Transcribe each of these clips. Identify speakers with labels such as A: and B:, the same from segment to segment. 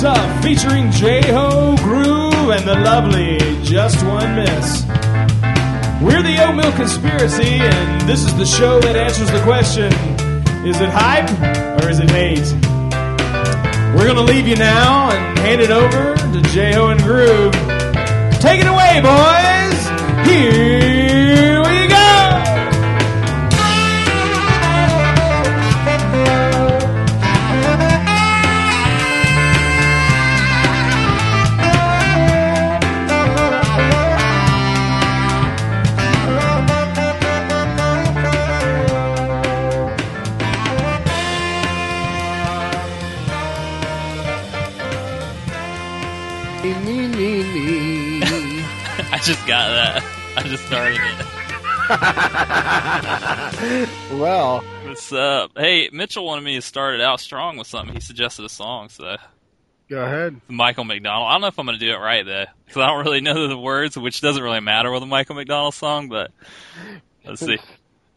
A: Tough uh, featuring J-Ho Groove and the lovely Just One Miss. We're the Oatmeal Conspiracy, and this is the show that answers the question is it hype or is it hate? We're going to leave you now and hand it over to J-Ho and Groove. Take it away, boys! Here we go!
B: Me, me, me.
C: I just got that. I just started it.
B: well,
C: What's up? Hey, Mitchell wanted me to start it out strong with something. He suggested a song, so
B: go ahead.
C: Michael McDonald. I don't know if I'm going to do it right though, because I don't really know the words, which doesn't really matter with a Michael McDonald song. But let's see.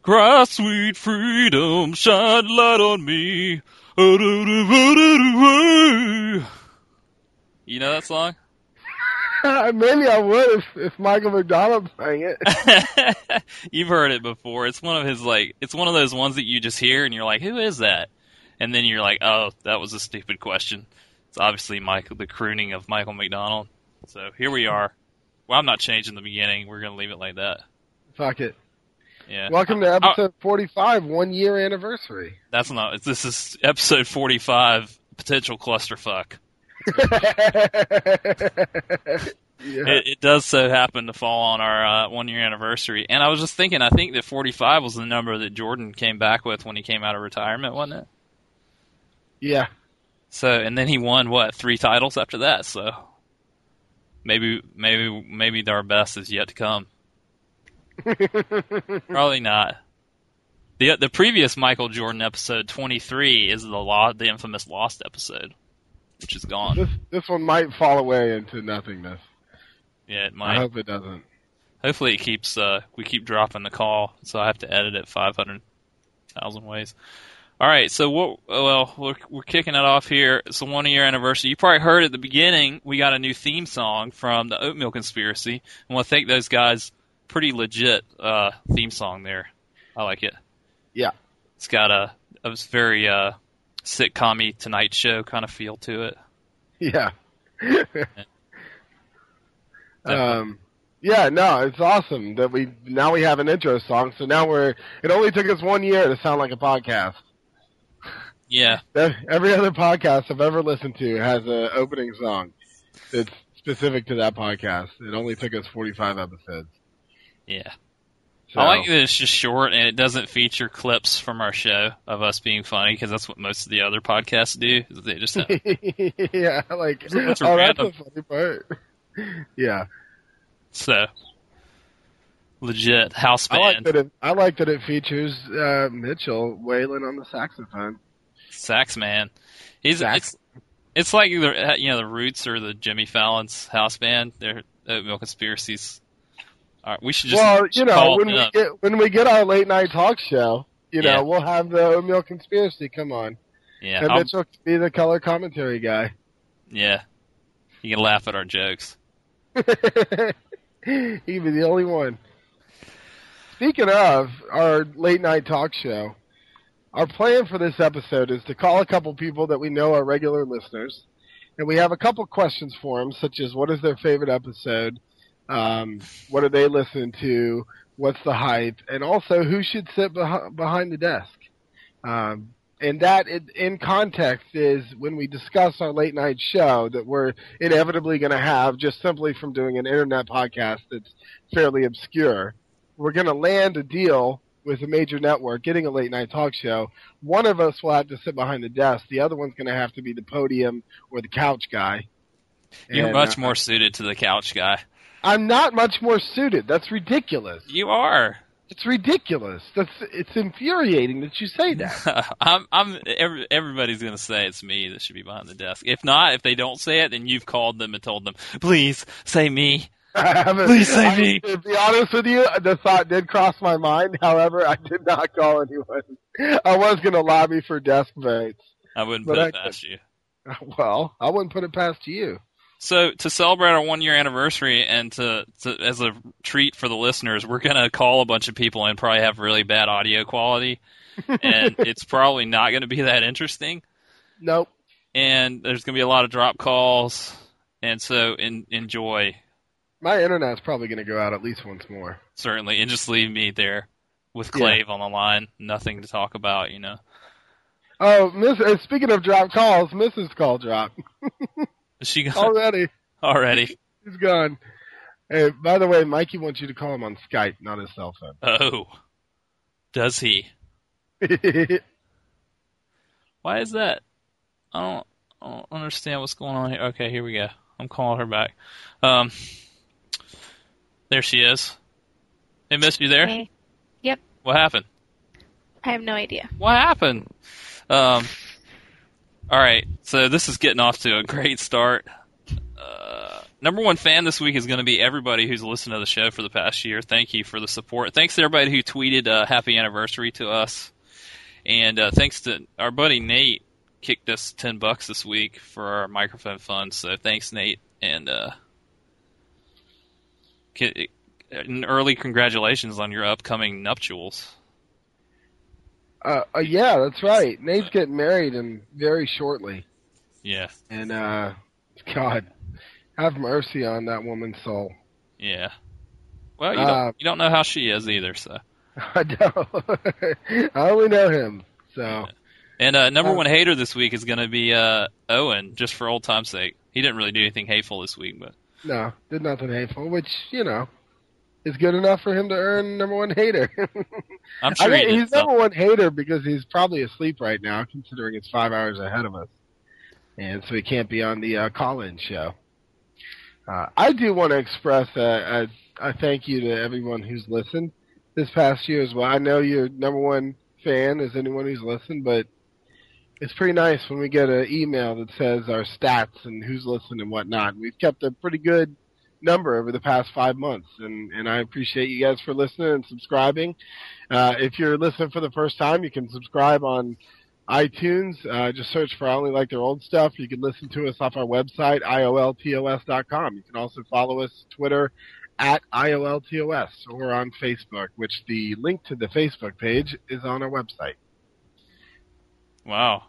C: Cry, sweet freedom, shine light on me. You know that song?
B: Maybe I would if, if Michael McDonald sang it.
C: You've heard it before. It's one of his like it's one of those ones that you just hear and you're like, Who is that? And then you're like, Oh, that was a stupid question. It's obviously Michael the crooning of Michael McDonald. So here we are. Well, I'm not changing the beginning. We're gonna leave it like that.
B: Fuck it.
C: Yeah. Uh,
B: Welcome to
C: I- I-
B: episode 45, one year anniversary.
C: that's not this is episode forty five, potential clusterfuck.
B: yeah.
C: It, it does so happen to fall on our uh, one year anniversary. And I was just thinking, I think that 45 was the number that Jordan came back with when he came out of retirement, wasn't it?
B: yeah.
C: So and then he won what three titles after that. So maybe maybe maybe our best is yet to come. Probably not. the The previous Michael Jordan episode twenty three is the law, the infamous lost episode, which is gone.
B: This this one might fall away into nothingness.
C: Yeah, it
B: I
C: might.
B: hope it doesn't.
C: Hopefully, it keeps. Uh, we keep dropping the call, so I have to edit it five hundred thousand ways. All right, so what? Well, we're we're kicking it off here. It's the one year anniversary. You probably heard at the beginning we got a new theme song from the Oatmeal Conspiracy. I want to thank those guys. Pretty legit uh, theme song there. I like it.
B: Yeah.
C: It's got a it was very uh, sitcom Tonight Show kind of feel to it.
B: Yeah. um, yeah, no, it's awesome that we now we have an intro song. So now we're it only took us one year to sound like a podcast.
C: Yeah,
B: Ev- Every other podcast I've ever listened to has an opening song that's specific to that podcast. It only took us 45 episodes.
C: yeah.
B: So,
C: I like that it's just short and it doesn't feature clips from our show of us being funny because that's what most of the other podcasts do. is They just have,
B: yeah, like
C: So what's
B: oh, that's
C: random?
B: the funny part. yeah,
C: so legit house
B: I like
C: band
B: that. It, I like that it features uh, Mitchell Whalen on the saxophone.
C: sax man. He's
B: Sax.
C: it's it's like the uh, you know the Roots or the Jimmy Fallon's house band. They're oatmeal conspiracies. All right, we should just
B: well, you know,
C: call
B: when
C: it
B: we
C: up.
B: get when we get our late night talk show, you
C: Yeah.
B: know, we'll have the oatmeal conspiracy come on,
C: yeah,
B: and
C: I'll-
B: Mitchell can be the color commentary guy.
C: yeah, you can laugh at our jokes.
B: He'd be the only one. Speaking of our late night talk show, our plan for this episode is to call a couple people that we know are regular listeners, and we have a couple questions for them, such as what is their favorite episode, um, what do they listen to, what's the hype, and also who should sit beh- behind the desk. Um, and that, in- in context, is when we discuss our late night show that we're inevitably going to have just simply from doing an internet podcast that's fairly obscure. We're going to land a deal with a major network, getting a late night talk show. One of us will have to sit behind the desk. The other one's going to have to be the podium or the couch guy.
C: You're
B: And,
C: much
B: uh,
C: more suited to the couch guy.
B: I'm not much more suited. That's ridiculous.
C: You are.
B: It's ridiculous. That's it's infuriating that you say that.
C: I'm, I'm. Every, everybody's gonna say it's me that should be behind the desk. If not, if they don't say it, then you've called them and told them, please say me.
B: I haven't-
C: Please save
B: I-
C: me.
B: To be honest with you, the thought did cross my mind. However, I did not call anyone. I was going to lobby for desk votes.
C: I wouldn't
B: But
C: put it
B: I-
C: past you.
B: Well, I wouldn't put it past you.
C: So to celebrate our one year anniversary and to, to as a treat for the listeners, we're gonna call a bunch of people and probably have really bad audio quality, and it's probably not gonna be that interesting.
B: Nope.
C: And there's gonna be a lot of drop calls, and so in, enjoy
B: My internet's probably going to go out at least once more.
C: certainly, and just leave me there with Clave on the line, nothing to talk about, you know.
B: Oh, miss, uh, speaking of drop calls, Mrs. Call Drop
C: Is she gone
B: already.
C: already?
B: He's gone. Hey, by the way, Mikey wants you to call him on Skype, not his cell phone.
C: Oh, does he? Why is that? I don't, I don't understand what's going on here. Okay, here we go. I'm calling her back. Um, there she is. Hey, Miss, you there?
D: Hey. Yep.
C: What happened?
D: Eh, I have no idea.
C: What happened? Um, all right, so this is getting off to a great start. Uh, number one fan this week is going to be everybody who's listened to the show for the past year. Thank you for the support. Thanks to everybody who tweeted uh, happy anniversary to us, and uh, thanks to our buddy Nate kicked us ten bucks this week for our microphone fund. So thanks, Nate, and uh, ki- an early congratulations on your upcoming nuptials.
B: Uh, uh, yeah, that's right. Nate's getting married and very shortly.
C: Yeah,
B: And uh, God, have mercy on that woman's soul.
C: Yeah. Well, you, don't,
B: Uh,
C: you don't know how she is either. So,
B: I know. I only know him, so
C: and uh, number
B: uh,
C: one hater this week is going to be uh, Owen, just for old time's sake. He didn't really do anything hateful this week, but
B: no, did nothing hateful, which you know is good enough for him to earn number one hater.
C: I'm
B: I
C: sure
B: mean,
C: he did
B: he's
C: something.
B: number one hater because he's probably asleep right now, considering it's five hours ahead of us, and so he can't be on the uh, call-in show. Uh, I do want to express a, a, a thank you to everyone who's listened this past year as well. I know your number one fan is anyone who's listened, but it's pretty nice when we get an email that says our stats and who's listened and whatnot. We've kept a pretty good number over the past five months, and, and I appreciate you guys for listening and subscribing. Uh, if you're listening for the first time, you can subscribe on iTunes. Uh, just search for I Only Like Their Old Stuff. You can listen to us off our website, IOLTOS.com. You can also follow us Twitter at IOLTOS or on Facebook, which the link to the Facebook page is on our website.
C: Wow.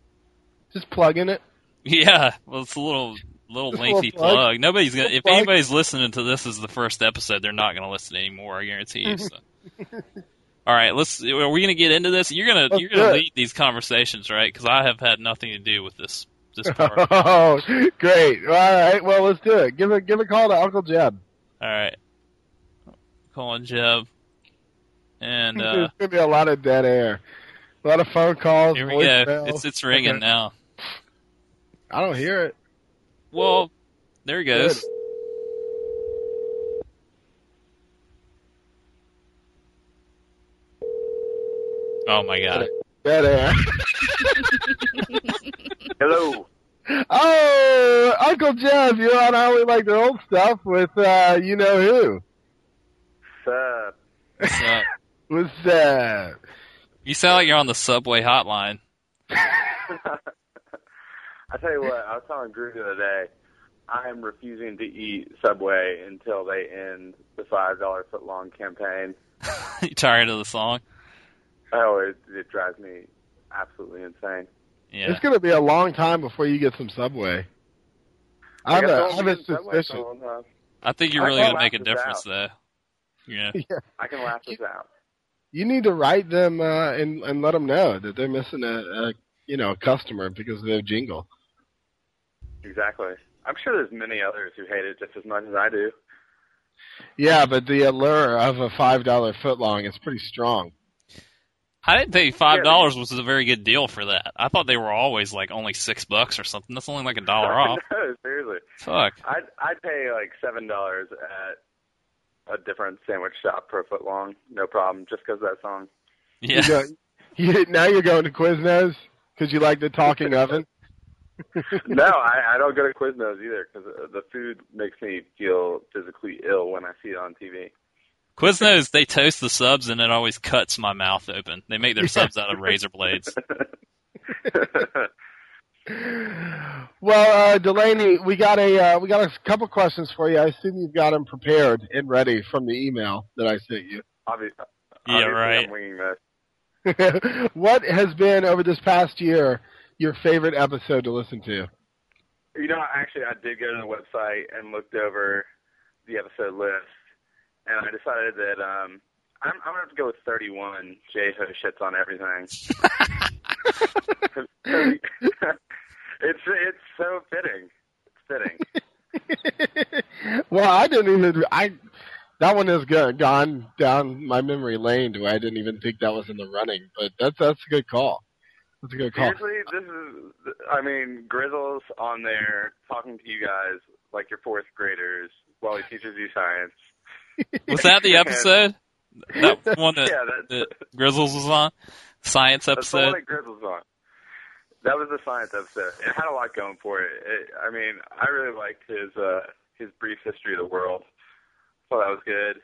B: Just plug in it.
C: Yeah. Well, it's a little little
B: Just a
C: lengthy
B: little plug.
C: plug. Nobody's gonna.
B: Little
C: If
B: plug.
C: anybody's listening to this as the first episode, they're not gonna listen anymore. I guarantee you. So. All right. Let's. Are we gonna get into this? You're gonna
B: Let's
C: you're gonna
B: do it.
C: lead these conversations, right? Because I have had nothing to do with this this part.
B: Oh, great. All right. Well, let's do it. Give a, give a call to Uncle Jeb.
C: All right. Calling Jeb. And uh,
B: There's going to be a lot of dead air. A lot of phone calls.
C: here we go.
B: voicemails.
C: It's it's ringing
B: Okay.
C: now.
B: I don't hear it.
C: Well, there he
B: Good.
C: goes. Oh my god.
B: Dead air.
D: Hmm?
E: Hello.
B: Oh, Uncle Jeff, you're on I Only Like the Old Stuff with uh, you know who.
E: Sup?
C: What's up?
B: What's that?
C: You sound like you're on the subway hotline.
E: I tell you what, I was telling Drew the other day, I am refusing to eat Subway until they end the five dollar foot long campaign.
C: you tired of the song?
E: Oh, it, it drives me absolutely insane.
C: Yeah.
B: It's gonna be a long time before you get some Subway. I have
E: guess
B: a,
E: I
B: I have
E: haven't
B: a
E: eaten Subway uh, for
B: suspicion.
E: a long time.
C: I think you're
E: I
C: really
E: can't
C: gonna make a
E: laugh this
C: difference though. Yeah.
E: I can laugh this out.
B: You need to write them uh, and and let them know that they're missing a, a you know a customer because of their jingle.
E: Exactly. I'm sure there's many others who hate it just as much as I do.
B: Yeah, but the allure of a five dollar footlong is pretty strong.
C: I didn't think five dollars was a very good deal for that. I thought they were always like only six bucks or something. That's only like a dollar off.
E: no, seriously.
C: Fuck.
E: I'd I'd pay like seven dollars at a different sandwich shop per foot long, no problem, just 'cause of that song.
C: Yeah.
B: You go, you, now you're going to Quiznos because you like the talking oven.
E: no, I, I don't go to Quiznos either because the food makes me feel physically ill when I see it on TV.
C: Quiznos, they toast the subs and it always cuts my mouth open. They make their subs out of razor blades.
B: Well, uh, Delaney, we got a uh, we got a couple questions for you. I assume you've got them prepared and ready from the email that I sent you.
E: Obviously,
C: Yeah,
E: obviously
C: right.
E: I'm winging this.
B: what has been over this past year your favorite episode to listen to?
E: You know, actually, I did go to the website and looked over the episode list, and I decided that um, I'm, I'm gonna have to go with 31. Jay Ho shits on everything. it's it's so fitting. It's fitting.
B: well, I didn't even I that one has go- gone down my memory lane to where I didn't even think that was in the running, but that's that's a good call. That's a good call.
E: Seriously, this is. I mean, Grizzle's on there talking to you guys like you're fourth graders while he teaches you science.
C: Was that the episode? That one that,
E: yeah, that's,
C: that Grizzles was on? Science
E: That's the one
C: episode?
E: that Grizzle's on. That was the science episode. It had a lot going for it. it I mean, I really liked his uh, his brief history of the world. Well, that was good.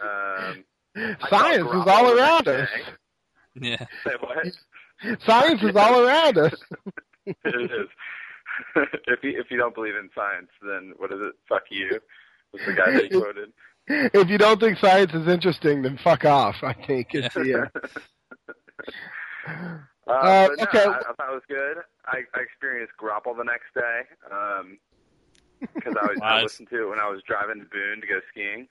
E: Um, I thought
B: Science is
E: Garoppolo
B: all
E: was
B: around us.
E: okay.
C: Yeah.
E: Say what?
B: Science is all around us.
E: it is. if you if you don't believe in science, then what is it? Fuck you. Was the guy that he quoted?
B: If you don't think science is interesting, then fuck off. I think it's yeah.
E: Uh,
B: Uh,
E: but no,
B: okay.
E: I, I thought it was good. I, I experienced grapple the next day because I was I
C: Nice.
E: listened to it when I was driving to Boone to go skiing,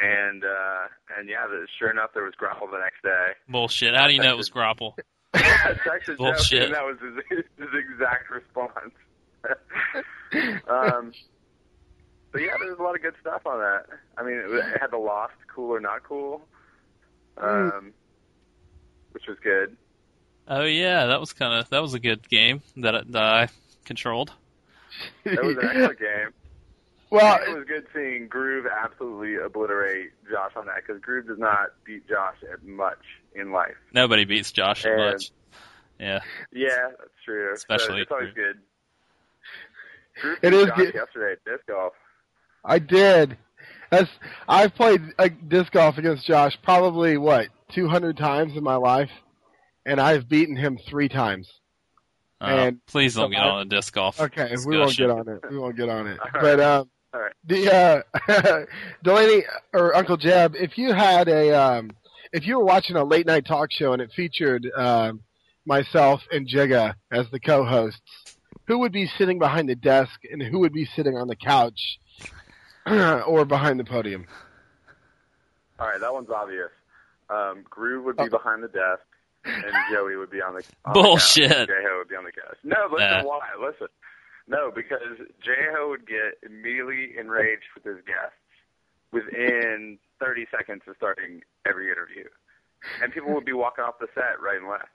E: and uh, and yeah, the, sure enough, there was grapple the next day.
C: Bullshit. How do you know it was Grapple?
E: I texted Jeff,
C: Bullshit.
E: and that was his, his exact response. um, but yeah, there was a lot of good stuff on that. I mean, it, was- it had the lost, cool or not cool,
B: Mm.
E: um, which was good.
C: Oh, yeah. That was kind of, that was a good game that, I- that I controlled.
E: That was an excellent game.
B: well,
E: it was good seeing Groove absolutely obliterate Josh on that because Groove does not beat Josh at much in life.
C: Nobody beats Josh
E: And-
C: much. Yeah.
E: Yeah, that's true. So
C: Especially
E: it's always good. Groove
B: It
E: beat
B: is
E: Josh
B: good.
E: yesterday at disc golf.
B: I did. That's, I've played uh, disc golf against Josh probably what 200 times in my life, and I've beaten him three times.
C: Uh,
B: And-
C: please don't get
B: I-
C: on the disc golf.
B: Okay, we won't get on it. We won't get on it.
E: All right.
B: But um,
E: All right.
B: the uh, Delaney or Uncle Jeb, if you had a um, if you were watching a late night talk show and it featured um, myself and Jigga as the co-hosts, who would be sitting behind the desk and who would be sitting on the couch or behind the podium?
E: All right, that one's obvious. Um, Groove would be
B: Oh.
E: behind the desk, and Joey would be on the on
C: Bullshit.
E: The couch. J-Ho would be on the couch. No, listen,
C: Nah.
E: why? Listen, no, because J-Ho would get immediately enraged with his guests within 30 seconds of starting every interview, and people would be walking off the set right and left.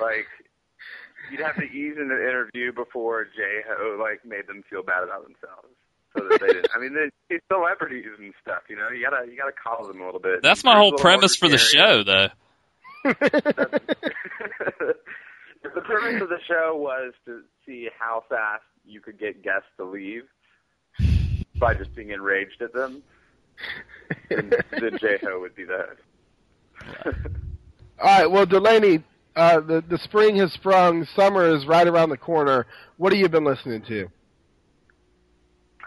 E: Like you'd have to ease into the interview before J-Ho like made them feel bad about themselves. So that they didn't. I mean, they- these celebrities and stuff. You know, you gotta you gotta coddle them a little bit.
C: That's my
E: Group's a
C: whole
E: little more
C: premise for the
E: gregarious.
C: show, though.
E: if the premise of the show was to see how fast you could get guests to leave by just being enraged at them, then, then J Ho would be that.
B: All right. Well, Delaney, uh, the the spring has sprung. Summer is right around the corner. What have you been listening to?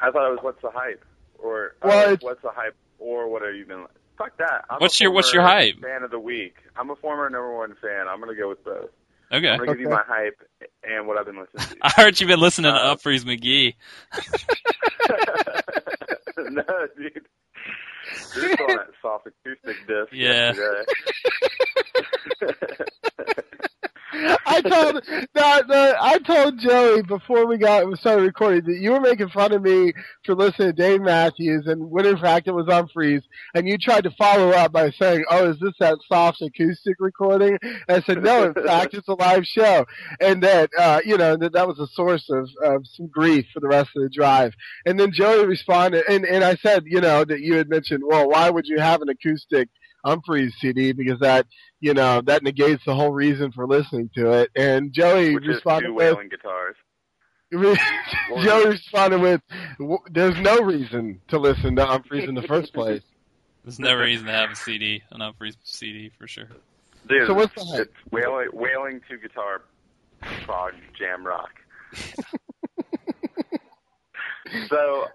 E: I thought it was what's the hype, or uh,
B: Well, it's-
E: what's the hype, or what have you been? Fuck that. I'm a
C: What's your- what's
E: former
C: your hype?
E: Fan of the week. I'm a former number one fan. I'm gonna go with both.
C: Okay.
E: I'm gonna give you
B: Okay.
E: my hype and what I've been listening to.
C: I heard you've been listening to
E: Uh,
C: Upfreeze McGee.
E: no, dude. This on that soft acoustic disc.
C: Yeah.
E: yesterday.
B: I told no, no, I told Joey before we got we started recording that you were making fun of me for listening to Dave Matthews, and when in fact it was on freeze. And you tried to follow up by saying, "Oh, is this that soft acoustic recording?" And I said, "No, in fact, it's a live show," and that uh, you know that that was a source of, of some grief for the rest of the drive. And then Joey responded, and and I said, you know, that you had mentioned, well, why would you have an acoustic Humphreys CD because that you know that negates the whole reason for listening to it. And Joey
E: Which is
B: responded
E: two
B: with,
E: wailing guitars.
B: Joey responded with, "W- "There's no reason to listen to Humphreys in the first place."
C: There's no reason to have a CD, an Upfreeze CD for sure.
E: Dude,
B: So what's the hype?
E: It's wailing, wailing two guitar Frog Jam Rock. so,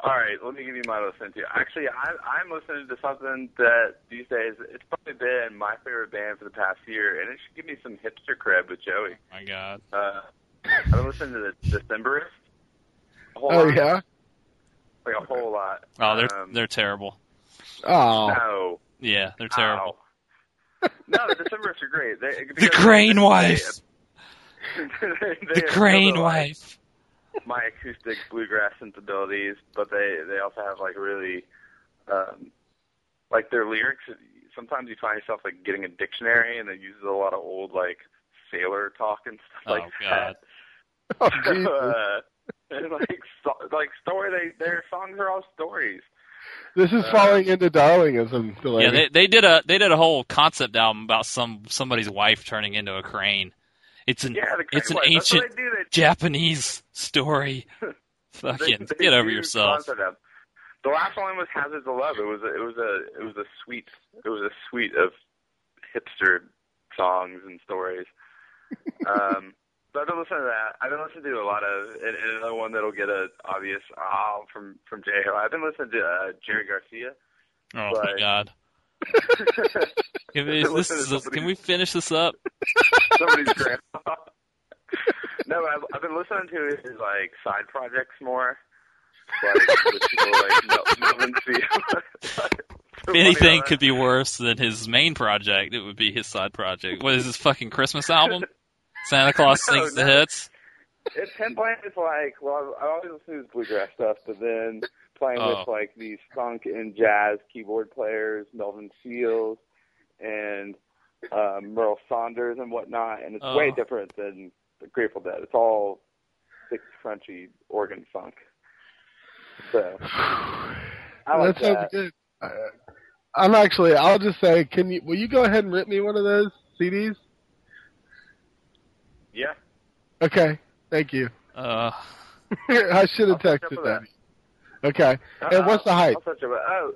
E: all right, let me give you mine to listen to. Actually, I, I'm listening to something that these days it's probably been my favorite band for the past year, and it should give me some hipster cred with Joey.
C: My God.
E: Uh, I've been listening to the Decemberists. A whole
B: Oh
E: lot,
B: yeah.
E: like a whole lot.
C: Oh, they're
E: Um,
C: they're terrible.
B: Oh,
E: no,
C: Yeah, they're terrible.
E: ow. no, the Decemberists are great. They,
C: The
E: because
C: Crane
E: they-
C: Wife.
E: they-
C: The
E: they
C: Crane
E: appeal to, like,
C: Wife.
E: my acoustic bluegrass sensibilities, but they they also have like really, um, like their lyrics. Sometimes you find yourself like getting a dictionary, and they use a lot of old like sailor talk and stuff
C: Oh,
E: like
C: God.
B: oh
E: that.
B: Jesus.
E: uh, and like so, like story, they their songs are all stories.
B: This is falling into Darlingism, Delaney.
C: Yeah, they they did a they did a whole concept album about some somebody's wife turning into a crane. It's an
E: Yeah, the
C: Mm. it's an
E: Crane Wife, that's what
C: ancient
E: they do. They
C: Japanese story.
E: They-
C: Fucking
E: they
C: get over
E: do
C: yourself.
E: concept of- The last one was Hazards of Love. It was a, it was a it was a suite it was a suite of hipster songs and stories. Um, so I've been listening to that. I've been listening to a lot of and, and another one that'll get a obvious ah from from J Ho. I've been listening to uh, Jerry Garcia.
C: Oh my
E: Right.
C: God. Can, is this,
E: Listen to
C: is this-
E: somebody-
C: can we finish this up?
E: Somebody's grandpa. no, I've, I've been listening to his like side projects more. Like with people like Mel- Melvin Field.
C: If anything could be worse than his main project, it would be his side project. What is this fucking Christmas album? Santa Claus
E: No,
C: sings the
E: Oh, no.
C: hits.
E: It's him playing with like well, I always listen to his bluegrass stuff, but then playing
C: Oh.
E: with like these funk and jazz keyboard players, Melvin Seals and uh, Merle Saunders and whatnot, and it's
C: Oh.
E: way different than the Grateful Dead. It's all thick, crunchy organ funk. So I like
B: that sounds
E: that.
B: good. Uh, I'm actually. I'll just say, can you? Will you go ahead and rip me one of those CDs?
E: Yeah,
B: Okay, thank you.
C: Uh,
B: I should
E: I'll
B: have
E: search up
B: texted
E: for
B: that.
E: that.
B: Okay, and what's the hype?
E: I'll touch about, oh,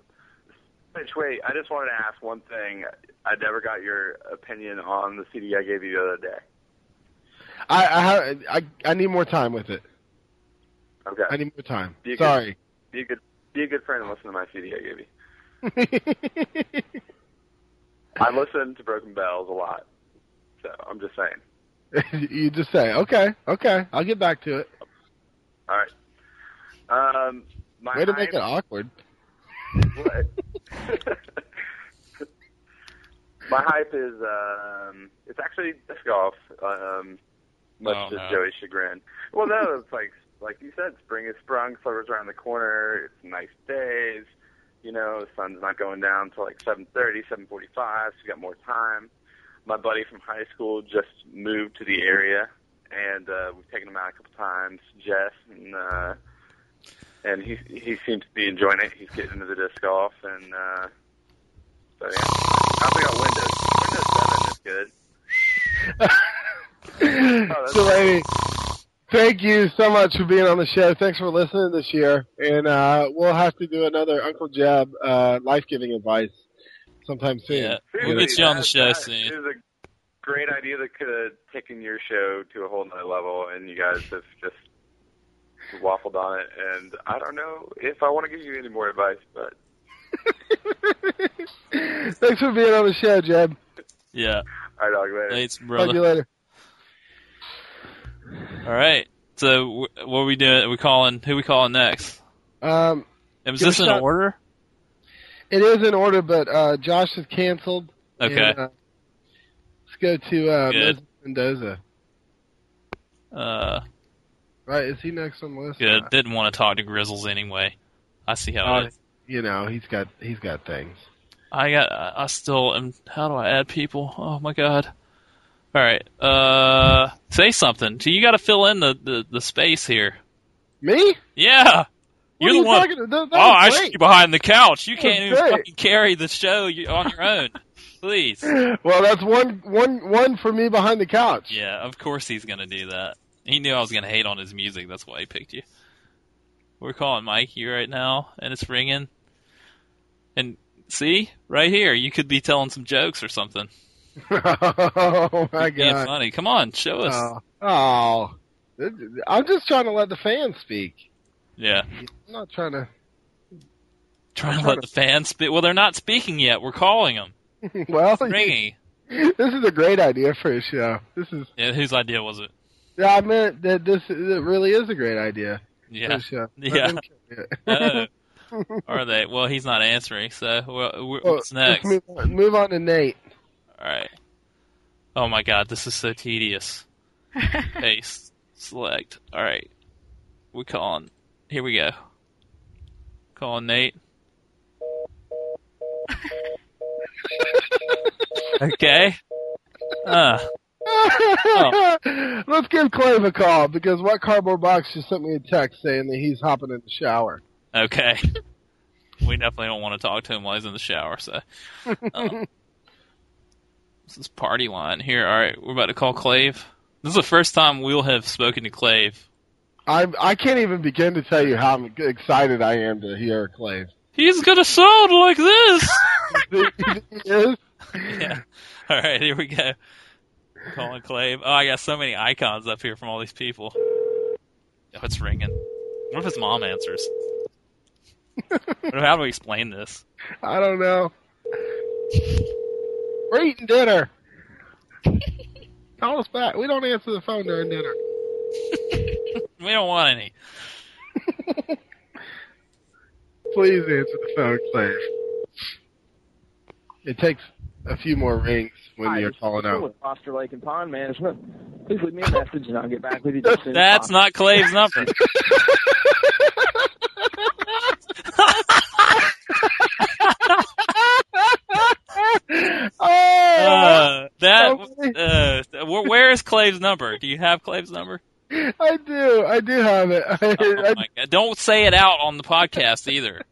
E: Mitch, wait, I just wanted to ask one thing. I never got your opinion on the CD I gave you the other day.
B: I I, ha- I I need more time with it.
E: Okay.
B: I need more time.
E: You can-
B: Sorry.
E: be a good be a good friend and listen to my CD I gave you. I listen to Broken Bells a lot, so I'm just saying.
B: you just say, okay, okay. I'll get back to it.
E: All right. Um, my
B: Way to make it
E: hype-
B: awkward.
E: my hype is um, it's actually disc golf. Um, much
C: Oh,
E: to
C: no.
E: Joey's chagrin. Well, no, it's like like you said, spring is sprung, summer's around the corner. It's nice days. You know, the sun's not going down till like seven thirty, seven forty-five. So you got more time. My buddy from high school just moved to the area, and uh, we've taken him out a couple times, Jeff, and uh, and he he seems to be enjoying it. He's getting into the disc golf, and uh, so yeah. I also got Windows. Windows Seven is good. Oh, that's-
B: Delaney, thank you so much for being on the show. Thanks for listening this year, and uh, we'll have to do another Uncle Jeb uh, life giving advice sometime soon.
C: Yeah.
B: We'll get
C: you on the
E: that-
C: show
E: that
C: soon.
E: is a great idea that could have taken your show to a whole nother level, and you guys have just waffled on it. And I don't know if I want to give you any more advice, but
B: Thanks for being on the show, Jeb.
C: yeah,
E: all right, I'll go later.
B: Talk
C: Lates,
B: to you
C: brother.
B: later.
C: All right. So wh- what are we doing? Are we calling? Who we calling next?
B: Um,
C: Is
B: Give it
C: this
B: a
C: in
B: shot.
C: order?
B: it is in order, but uh, Josh is canceled.
C: Okay.
B: And, uh, let's go to uh,
C: Good.
B: Moses Mendoza.
C: Uh,
B: Right? Is he next on the list?
C: good.
B: Uh,
C: Didn't want to talk to Grizzles anyway. I see how it
B: Uh,
C: is.
B: you know, he's got he's got things.
C: I got. I I still am. How do I add people? Oh my god. All right. Uh, say something. So you got to fill in the, the the space here.
B: Me?
C: Yeah.
B: What
C: You're
B: are
C: the
B: you
C: one.
B: talking to? That, that
C: Oh, I
B: was
C: shoot you behind the couch. You
B: That
C: can't
B: was
C: even
B: great.
C: fucking carry the show you- on your own. Please.
B: great. Well, that's one one one for me behind the couch.
C: Yeah, of course he's gonna do that. He knew I was gonna hate on his music. That's why he picked you. We're calling Mikey right now, and it's ringing. And see, right here, you could be telling some jokes or something.
B: oh my
C: You're being
B: god.
C: funny. Come on, show us.
B: Oh, oh. I'm just trying to let the fans speak.
C: yeah.
B: I'm not trying to.
C: Trying to let the fans speak. Well, they're not speaking yet. We're calling them.
B: well,
C: Ringy.
B: this is a great idea for a show. This is.
C: Yeah, whose idea was it?
B: Yeah, I meant that this it really is a great idea for
C: Yeah.
B: a show. Let
C: Yeah. Uh,
B: them carry it.
C: No. Are they? Well, he's not answering. So well, wh-
B: Well,
C: what's next?
B: let's Oh, Move on, move on to Nate.
C: All right. Oh my God, this is so tedious. Paste, select. All right, we calling. Here we go. Calling Nate. okay. Uh, Oh.
B: Let's give Clave a call because what cardboard box just sent me a text saying that he's hopping in the shower.
C: okay. we definitely don't want to talk to him while he's in the shower. So um, this is party line here. All right, we're about to call Clave. This is the first time we'll have spoken to Clave
B: I I can't even begin to tell you how excited I am to hear Clave.
C: He's gonna sound like this.
B: Yes.
C: yeah. All right, here we go. Colin Clave. Oh, I got so many icons up here from all these people. Oh, it's ringing. What if his mom answers? What- How do we explain this?
B: I don't know. We're eating dinner. Call us back. We don't answer the phone during dinner.
C: We don't want any.
B: Please answer the phone, Clave. It takes a few more rings when
F: Hi,
B: you're
F: this is
B: calling
F: Phil
C: Oh.
B: out.
F: with Foster Lake and Pond Management. Please leave me a message and I'll get back with you. Just soon as
C: That's
F: possible.
C: not Clave's number.
B: oh,
C: Uh, that. Uh, wh- where is Clave's number? Do you have Clave's number?
B: I do. I do have it. I,
C: Oh
B: I-
C: my God. Don't say it out on the podcast either.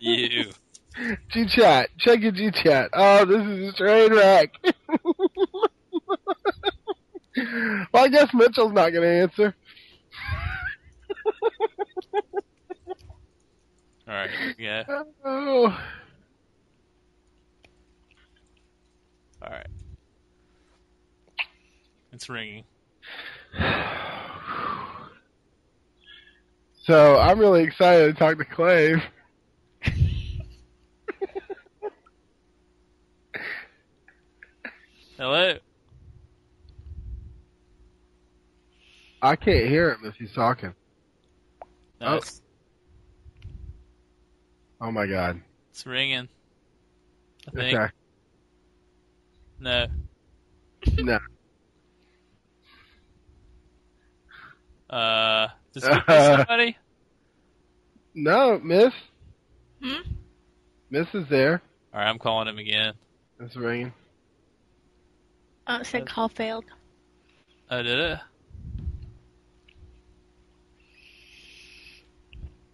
C: You.
B: G chat. Check your G chat. Oh, this is a train wreck. well, I guess Mitchell's not going to answer.
C: All right. Yeah.
B: Oh,
C: All right. It's ringing.
B: so I'm really excited to talk to Clave.
C: Hello.
B: I can't hear him if he's talking.
C: No,
B: Oh.
C: it's,
B: Oh my god.
C: it's ringing. I think.
B: Okay.
C: No.
B: No.
C: Uh, does it uh, somebody?
B: No, Miss.
D: Hmm?
B: Miss is there.
C: All right, I'm calling him again.
B: It's ringing.
D: Oh, it said call failed.
C: Oh, did it?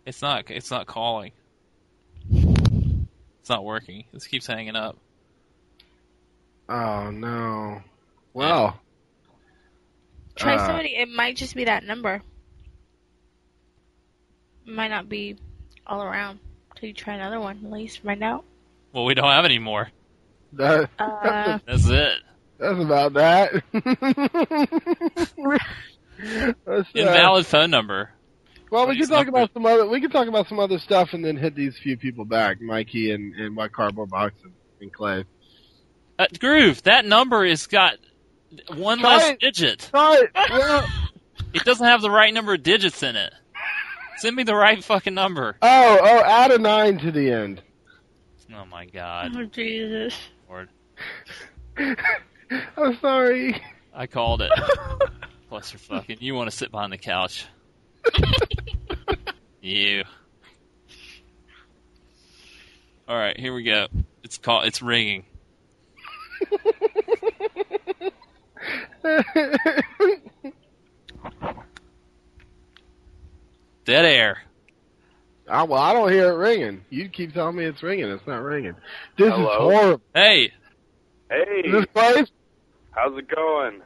C: It's not. It's not calling. It's not working. It keeps hanging up.
B: Oh no. Wow.
D: Try
B: Uh,
D: somebody. It might just be that number. It might not be all around. Till you try another one, at least find out.
C: Well, we don't have any more.
B: That,
D: Uh,
C: That's it.
B: that's about that. Let's, uh,
C: Invalid phone number.
B: well, we
C: please,
B: can talk
C: number.
B: about some other. We can talk about some other stuff, and then hit these few people back, Mikey and and my cardboard box and, and Clay.
C: Uh, Groove. That number has got one
B: Try
C: less
B: it.
C: digit.
B: Right. Well,
C: It doesn't have the right number of digits in it. Send me the right fucking number.
B: oh, oh, add a nine to the end.
C: Oh my god,
D: oh, Jesus.
C: Lord.
B: I'm sorry.
C: I called it. Plus you're fucking you want to sit behind the couch. you. All right, here we go. It's call it's ringing. Dead air.
B: I, Ah, well, I don't hear it ringing. You keep telling me it's ringing. It's not ringing. This is
E: Hello?
B: horrible.
C: Hey,
B: Is
E: Hey,
B: this Clay?
E: how's it going?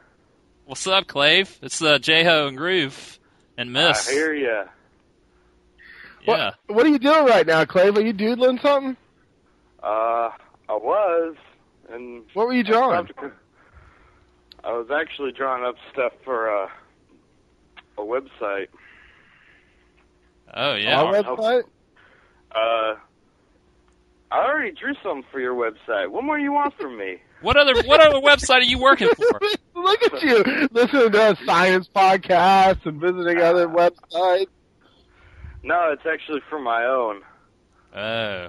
C: what's up, Clave? It's uh, J-Ho and Groove and Miss.
E: I hear ya.
C: Yeah.
B: What are you doing right now, Clave? Are you doodling something?
G: Uh, I was, and
B: what were you drawing?
G: I was actually drawing up stuff for a a website.
C: Oh
B: Our website?
G: Uh, I already drew some for your website. What more you want from me?
C: What other what other website are you working for?
B: Look at you listening to a science podcast and visiting other websites.
G: No, it's actually for my own.
C: Oh,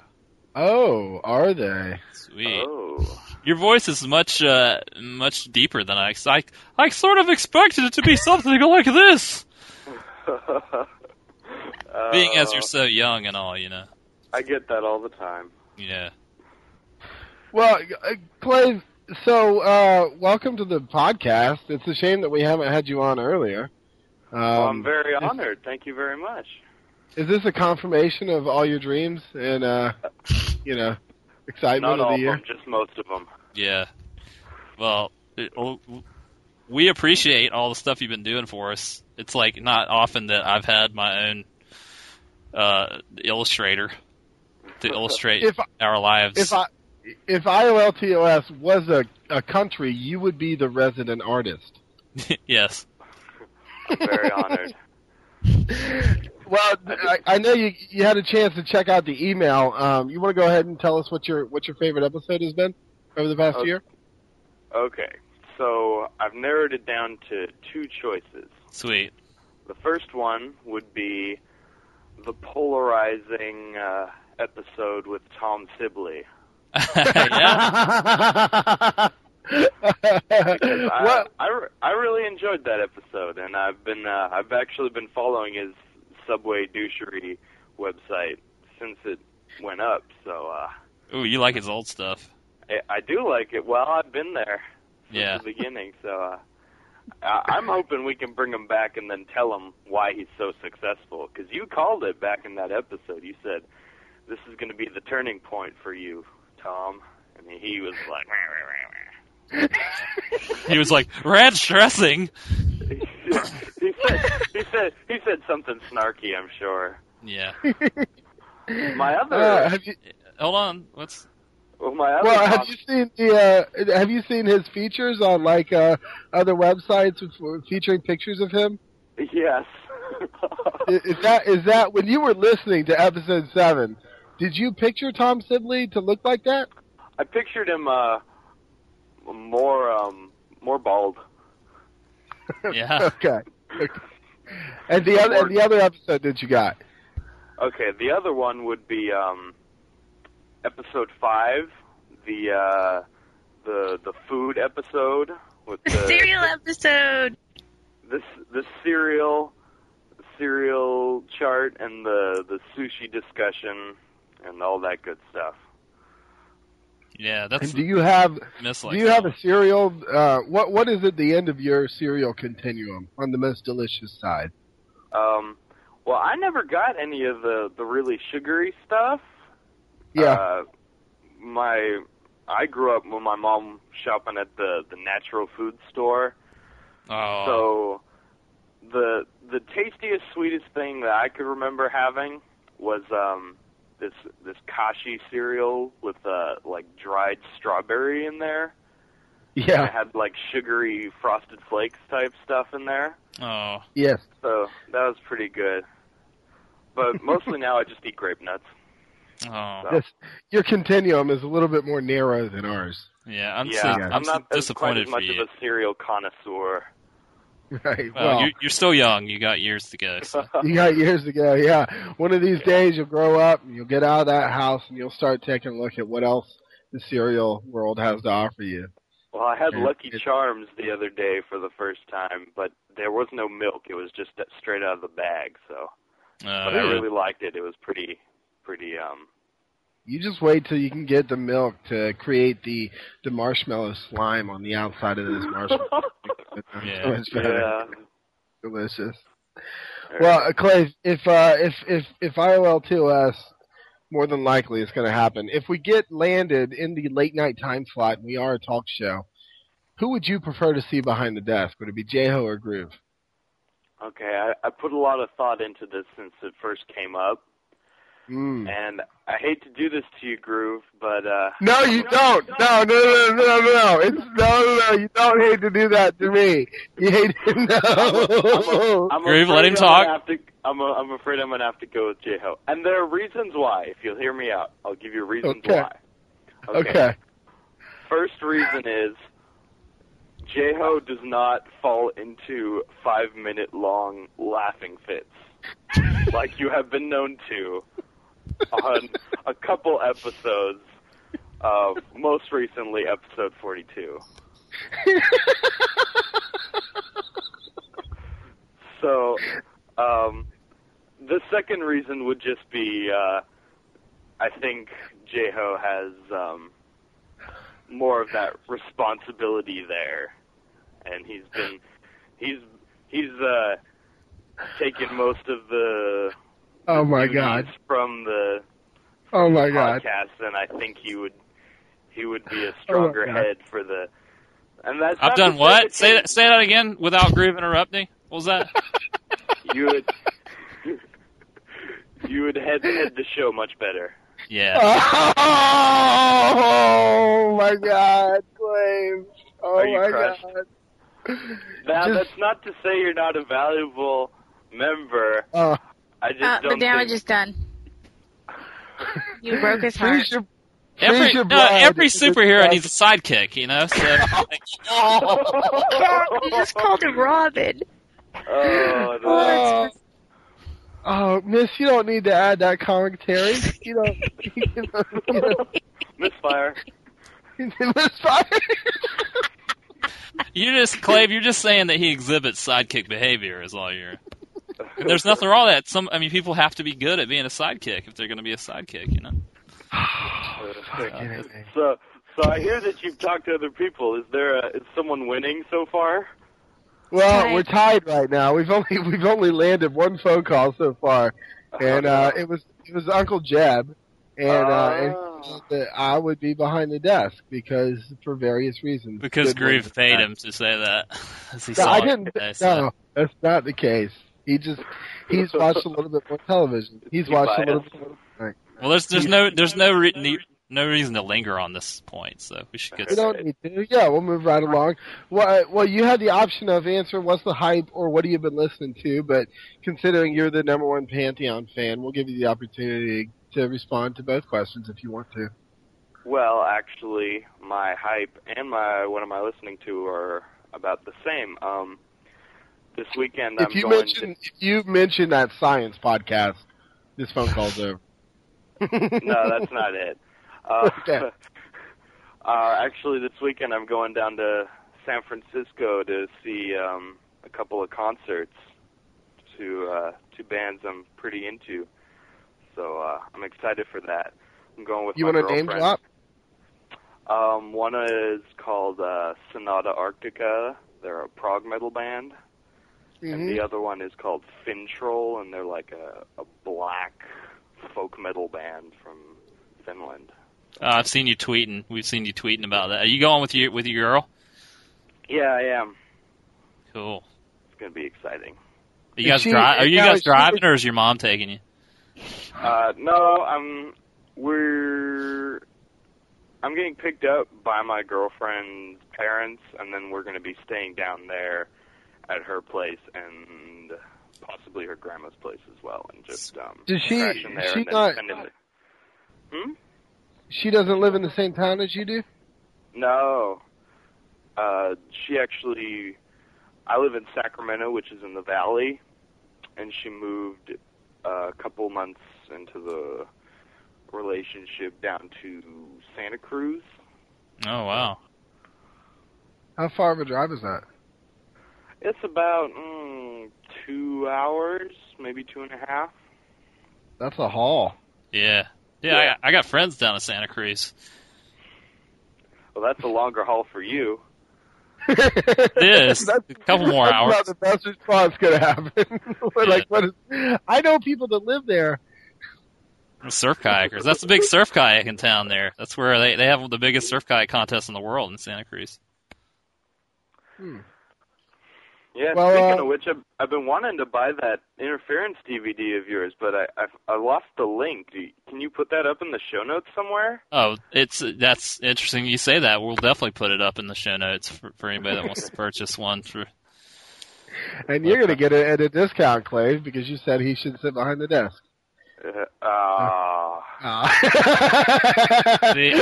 B: Oh, are they?
C: sweet.
G: Oh,
C: Your voice is much uh much deeper than I I I sort of expected it to be something like this. Being as
G: Uh,
C: you're so young and all, you know.
G: I get that all the time.
C: Yeah.
B: Well, uh, Clay, so uh, welcome to the podcast. It's a shame that we haven't had you on earlier. Um,
G: Well, I'm very
B: is-
G: honored. Thank you very much.
B: Is this a confirmation of all your dreams and, uh, you know, excitement
G: Not all
B: of
G: of
B: the year?
G: them, just most of them.
C: Yeah. Well, it, oh, we appreciate all the stuff you've been doing for us. It's like not often that I've had my own uh, illustrator to illustrate
B: If
C: our lives.
B: if I if IOLTOS was a, a country, you would be the resident artist.
C: yes.
G: I'm very honored.
B: Well, I, I know you you had a chance to check out the email. Um, you want to go ahead and tell us what your what your favorite episode has been over the past
G: Okay.
B: year?
G: Okay, so I've narrowed it down to two choices.
C: Sweet.
G: The first one would be the polarizing uh, episode with Tom Sibley.
C: yeah.
G: Because I,
B: what?
G: I, re- I really enjoyed that episode, and I've been uh, I've actually been following his Subway douchery website since it went up. So uh,
C: Ooh, you like his old stuff.
G: Eh, I, I do like it. Well, I've been there since
C: Yeah.
G: the beginning, so uh, I, I'm hoping we can bring him back and then tell him why he's so successful. Because you called it back in that episode. You said this is going to be the turning point for you, Tom, and he was like. "Wah, wah, wah, wah."
C: He was like, ranch dressing.
G: he said he said he said something snarky. I'm sure.
C: Yeah.
G: My other
B: Uh, have you,
C: Hold on. What's
G: well, my other
B: well, have
G: top-
B: you seen the uh, have you seen his features on like uh, other websites with- featuring pictures of him?
G: yes.
B: I- Is that is that when you were listening to episode seven? Did you picture Tom Sibley to look like that?
G: I pictured him uh more um more bald.
C: yeah?
B: Okay. okay. And the other and the other episode that you got.
G: Okay, the other one would be um episode five, the uh the the food episode with the
D: Serial episode.
G: this the cereal cereal chart and the the sushi discussion and all that good stuff.
C: Yeah. That's
B: And do you have
C: miss like
B: do you
C: that
B: have
C: one.
B: a cereal? Uh, what what is at the end of your cereal continuum on the most delicious side?
G: Um, well, I never got any of the the really sugary stuff.
B: Yeah.
G: Uh, my I grew up with my mom shopping at the the natural food store,
C: Oh.
G: so the the tastiest, sweetest thing that I could remember having was um this this kashi cereal with uh like dried strawberry in there. And it
B: yeah.
G: had like sugary frosted flakes type stuff in there.
C: oh.
B: Yes.
G: So that was pretty good. But mostly now I just eat grape nuts.
C: Oh.
G: So,
B: Yes. Your continuum is a little bit more narrow than ours.
C: Yeah. I'm
G: yeah,
C: so,
G: I'm,
C: I'm, so
G: not as- quite
C: disappointed
G: as much
C: for you.
G: of a cereal connoisseur.
B: Right.
C: Well, you're, you're still young. You got years to go. So.
B: you got years to go. Yeah, one of these days you'll grow up and you'll get out of that house and you'll start taking a look at what else the cereal world has to offer you.
G: well, I had
B: Yeah.
G: Lucky Charms the other day for the first time, but there was no milk. It was just that straight out of the bag. So,
C: Uh,
B: Oh,
G: but I really liked it. It was pretty, pretty. Um,
B: You just wait till you can get the milk to create the the marshmallow slime on the outside of this marshmallow.
C: Yeah.
B: So much better.
G: yeah.
B: Delicious. Well, uh, Clay, if uh, if if if IOL2S more than likely it's going to happen. If we get landed in the late night time slot and we are a talk show, who would you prefer to see behind the desk? Would it be Jeho or Groove?
G: Okay, I, I put a lot of thought into this since it first came up,
B: Hmm.
G: And I hate to do this to you, Groove, but uh,
B: No, you don't. No, no, no, no, no. It's no, no, no. You don't hate to do that to me. You hate to no.
G: I'm
C: Groove,
G: afraid
C: let him
G: I'm gonna
C: talk.
G: have to- I'm, a, I'm afraid I'm gonna have to go with J Ho, and there are reasons why. If you'll hear me out, I'll give you reasons
B: Okay.
G: why.
B: Okay.
G: First reason is J Ho does not fall into five minute long laughing fits like you have been known to on a couple episodes. Of most recently, episode 42. So, um, the second reason would just be uh, I think J Ho has um, more of that responsibility there, and he's been he's he's uh, taken most of the
B: Oh my
G: duties
B: god.
G: from the
B: Oh my god.
G: podcast, and I think he would he would be a
B: Oh my
G: stronger
B: God.
G: head for the. And that's
C: I've
G: not to
C: done
G: say
C: what?
G: that
C: Say
G: he-
C: that, say that again without Groove interrupting. What was that?
G: you would you would head head the show much better.
B: Uh,
C: Yeah.
B: Oh my god, Blaine. Oh
G: Are you
B: my
G: crushed?
B: god.
G: Now
B: Just-
G: that's not to say you're not a valuable member.
B: Oh.
G: I just
D: Uh, the
G: don't
D: damage
G: think
D: is done. You broke his heart.
B: Freeze your-
C: Every,
B: freeze your
C: no,
B: blood.
C: every superhero needs a sidekick, you know? So, like,
D: Oh, you just called him Robin.
G: Oh,
D: Oh, that's
B: Oh. Oh, Miss, you don't need to add that commentary. You don't. You don't, you don't
G: misfire.
B: Miss Fire.
C: you just, Clave, you're just saying that he exhibits sidekick behavior is all you're. And there's nothing wrong with that. Some, I mean, people have to be good at being a sidekick if they're going to be a sidekick, you know?
G: Uh, So so I hear that you've talked to other people. Is there a, is someone winning so far?
B: Well,
D: Tied.
B: we're tied right now. We've only we've only landed one phone call so far, and
G: Uh-huh.
B: uh, it was it was Uncle Jeb, and, uh, and
G: Oh.
B: he said that I would be behind the desk because for various reasons.
C: Because
B: Good
C: Groove
B: one.
C: paid him to say that. As he
B: No,
C: saw
B: I
C: it
B: didn't.
C: today, so-
B: No, that's not the case. He just he's watched a little bit more television. He's
G: He
B: watched a
G: biased.
B: little bit. More.
C: Well, there's there's no there's no re- ne- no reason to linger on this point, so we should get.
B: We don't need to. Yeah, we'll move right along. Well, uh, well, you had the option of answering what's the hype or what have you been listening to, but considering you're the number one Pantheon fan, we'll give you the opportunity to respond to both questions if you want to.
G: Well, actually, my hype and my what am I listening to are about the same. Um, this weekend I'm
B: if you
G: going
B: mention if you mention that science podcast, this phone call's over.
G: to. No, that's not it. Uh,
B: Okay.
G: uh, actually, this weekend I'm going down to San Francisco to see um, a couple of concerts to uh, two bands I'm pretty into. So uh, I'm excited for that. I'm going with
B: you
G: my
B: want to name
G: girlfriend.
B: drop?
G: Um, one is called uh, Sonata Arctica. They're a prog metal band, and
B: Mhm.
G: the other one is called Fintroll, and they're like a, a black folk metal band from Finland.
C: Uh, I've seen you tweeting. We've seen you tweeting about that. Are you going with your with your girl?
G: Yeah, I am.
C: Cool.
G: It's gonna be exciting.
C: Are you
B: Is
C: guys
B: she-
C: dri- Are you
B: now,
C: guys
B: is she-
C: driving, or is your mom taking you?
G: Uh, no, I'm we're I'm getting picked up by my girlfriend's parents, and then we're gonna be staying down there at her place and possibly her grandma's place as well, and just um.
B: Did she?
G: crashing there
B: She
G: and then
B: not?
G: spending the-
B: She doesn't live in the same town as you do.
G: No. Uh, she actually, I live in Sacramento, which is in the valley, and she moved uh, a couple months into the relationship down to Santa Cruz.
C: Oh wow.
B: How far of a drive is that?
G: It's about mm, two hours, maybe two and a half.
B: That's a haul.
C: Yeah. Yeah. I, got- I got friends down in Santa Cruz.
G: Well, that's a longer haul for you.
C: This a couple more
B: That's
C: hours.
B: Not the best response could happen. We're like, what is, I know people that live there.
C: Surf kayakers. That's the big surf kayak in town there. That's where they they have the biggest surf kayak contest in the world in Santa Cruz.
G: Yeah.
B: Well,
G: speaking
B: uh,
G: of which, I've, I've been wanting to buy that interference DVD of yours, but I I've, I lost the link. Do you, can you put that up in the show notes somewhere?
C: Oh, it's that's interesting. You say that. We'll definitely put it up in the show notes for, for anybody that wants to purchase one. For
B: And you're going to get it at a discount, Clave, because you said he should sit behind the desk.
G: Uh, ah.
B: Ah.
C: See,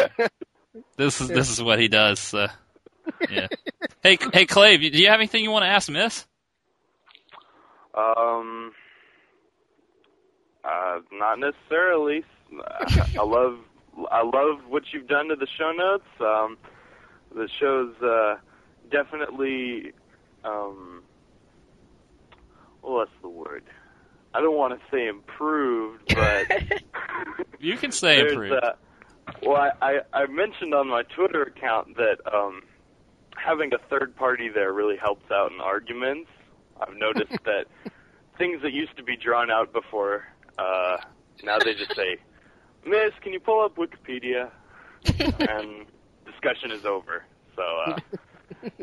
C: this is this is what he does. So, yeah. Hey, hey, Clay, do you have anything you want to ask Miss?
G: Um, uh, not necessarily. I I love I love what you've done to the show notes. Um, the show's uh, definitely um, well, that's the word. I don't want to say improved, but
C: You can say
G: there's,
C: improved.
G: Uh, well, I, I I mentioned on my Twitter account that um, having a third party there really helps out in arguments. I've noticed that things that used to be drawn out before, uh, now they just say, "Miss, can you pull up Wikipedia?" and discussion is over. So uh,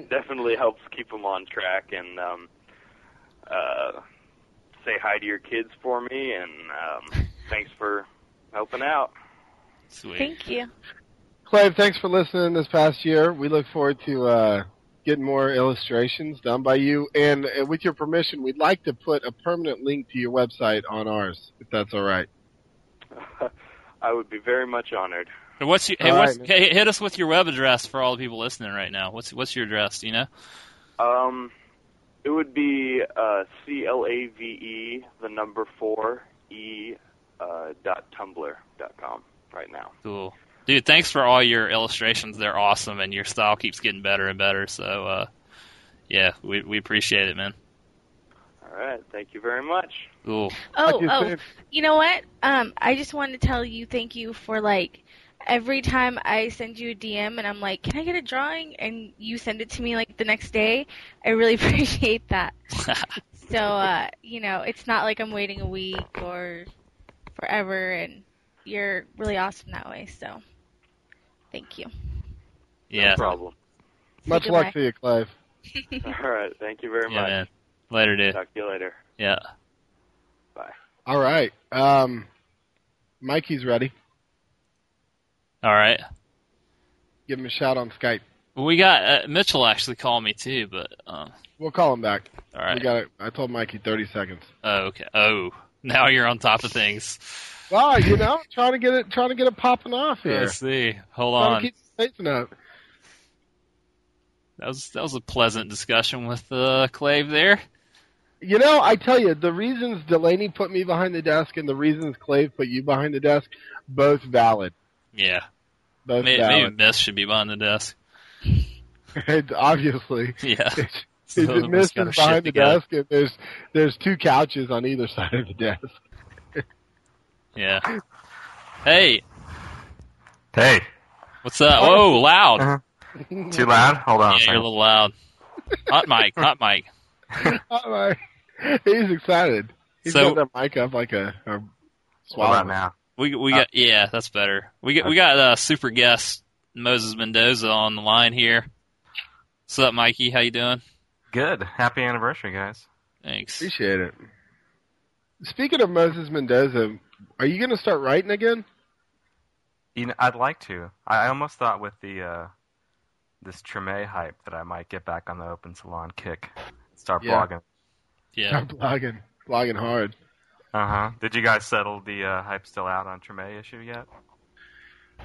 G: definitely helps keep them on track and um, uh, say hi to your kids for me. And um, thanks for helping out.
C: Sweet.
D: Thank you.
B: Clave, thanks for listening this past year. We look forward to uh, getting more illustrations done by you. And uh, with your permission, we'd like to put a permanent link to your website on ours, if that's all right.
G: I would be very much honored.
C: Hey, What's your, hey,
B: All
C: what's,
B: right,
C: hey, hit us with your web address for all the people listening right now. What's what's your address? Do you know?
G: Um, it would be uh, C L A V E, the number four E uh, dot Tumblr dot com right now.
C: Cool. Dude, thanks for all your illustrations. They're awesome, and your style keeps getting better and better. So, uh, yeah, we we appreciate it, man.
G: All right, thank you very much.
C: Cool.
D: Oh,
B: Like you
D: oh,
B: said,
D: you know what? Um, I just wanted to tell you thank you for like every time I send you a DM and I'm like, can I get a drawing? And you send it to me like the next day. I really appreciate that. So, uh, you know, it's not like I'm waiting a week or forever, and you're really awesome that way. So, thank you.
C: yeah.
G: No problem.
D: Say
B: Much luck
D: goodbye.
B: to you, Clave.
G: All right, thank you very
C: Yeah,
G: much.
C: man. Later, dude.
G: Talk to you later.
C: Yeah.
B: All right. Um, Mikey's ready.
C: All right.
B: Give him a shout on Skype.
C: Well, we got uh, Mitchell actually called me too, but um,
B: We'll call him back.
C: all right.
B: We got it. I told Mikey 30 seconds.
C: oh, okay. Oh, now you're on top of things.
B: Well, you know, trying to get it, trying to get it popping off here.
C: Let's see. Hold
B: Trying
C: on.
B: to keep the station up.
C: That was that was a pleasant discussion with uh, Clave there.
B: You know, I tell you, the reasons Delaney put me behind the desk and the reasons Clave put you behind the desk, both valid.
C: Yeah.
B: Both
C: Maybe, maybe
B: valid.
C: Miss should be behind the desk.
B: And obviously,
C: Yeah.
B: it's
C: So
B: it's
C: we just
B: missed
C: got our
B: is
C: shit
B: behind the
C: together.
B: desk, and there's there's two couches on either side of the desk.
C: Yeah. Hey,
H: Hey,
C: what's up? Whoa, loud.
H: Uh-huh. too loud? Hold on. a
C: Yeah, you're a
H: second.
C: little loud. Hot mic, hot mic.
B: Oh, my. He's excited. He's
C: So-
B: got that mic up like a, a
H: What about
B: swallow.
H: now?
C: We we
H: Uh,
C: got yeah, that's better. We got we got uh, super guest Moses Mendoza on the line here. What's up, Mikey? How you doing?
H: Good. Happy anniversary, guys.
C: Thanks.
B: Appreciate it. Speaking of Moses Mendoza, are you going to start writing again?
H: You know, I'd like to. I I almost thought with the uh, this Treme hype that I might get back on the open salon kick, start
B: Yeah.
H: blogging.
C: Yeah.
B: I'm blogging, blogging hard.
H: Uh huh. Did you guys settle the uh, hype still out on Treme issue yet?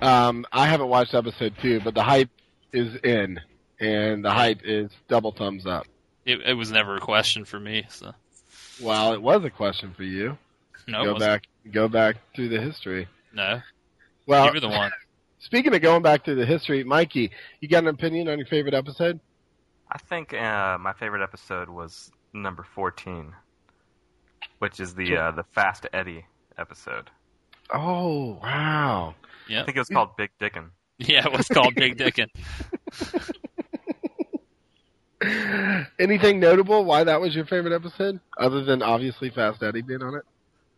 B: Um, I haven't watched episode two, but the hype is in, and the hype is double thumbs up.
C: It, it was never a question for me. So
B: Well, it was a question for you.
C: no, it
B: go
C: wasn't.
B: back, go back through the history.
C: no.
B: Well,
C: you were the one.
B: speaking of going back through the history, Mikey, you got an opinion on your favorite episode?
H: I think uh, my favorite episode was number fourteen, which is the uh, the Fast Eddie episode.
B: Oh wow!
H: I
C: Mm.
H: think it was called Big Dickin.
C: Yeah, it was called Big Dickin.
B: Anything notable why that was your favorite episode, other than obviously Fast Eddie being on it?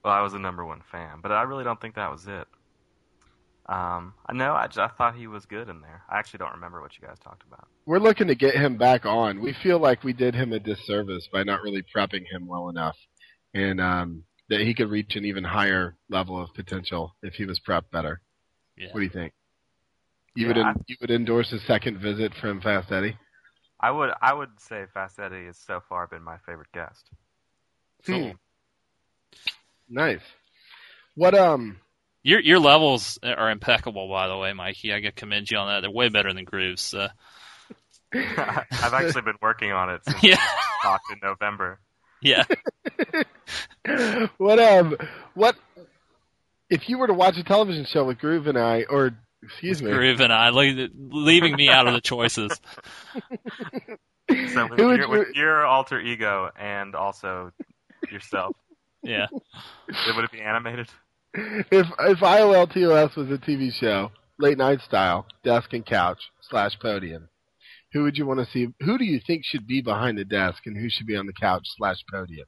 H: Well, I was a number one fan, but I really don't think that was it. Um, I know. I, just, I thought he was good in there. I actually don't remember what you guys talked about.
B: We're looking to get him back on. We feel like we did him a disservice by not really prepping him well enough, and um, that he could reach an even higher level of potential if he was prepped better.
C: Yeah.
B: What do you think? You
H: Yeah,
B: would en-
H: I-
B: you would endorse a second visit from Fast Eddie?
H: I would I would say Fast Eddie has so far been my favorite guest.
B: Hmm. Nice. What um?
C: Your your levels are impeccable, by the way, Mikey. I got to commend you on that. They're way better than Groove's. Uh,
H: I've actually been working on it since
C: yeah,
H: we talked in November.
C: yeah.
B: what um what if you were to watch a television show with Groove and I or excuse me
C: Groove and I, le- leaving me out of the choices.
H: So with,
B: who would
H: your,
B: you,
H: with your alter ego and also yourself,
C: Yeah,
H: it would it be animated?
B: if if IOLTOS was a TV show late night style desk and couch slash podium who would you want to see who do you think should be behind the desk and who should be on the couch slash podium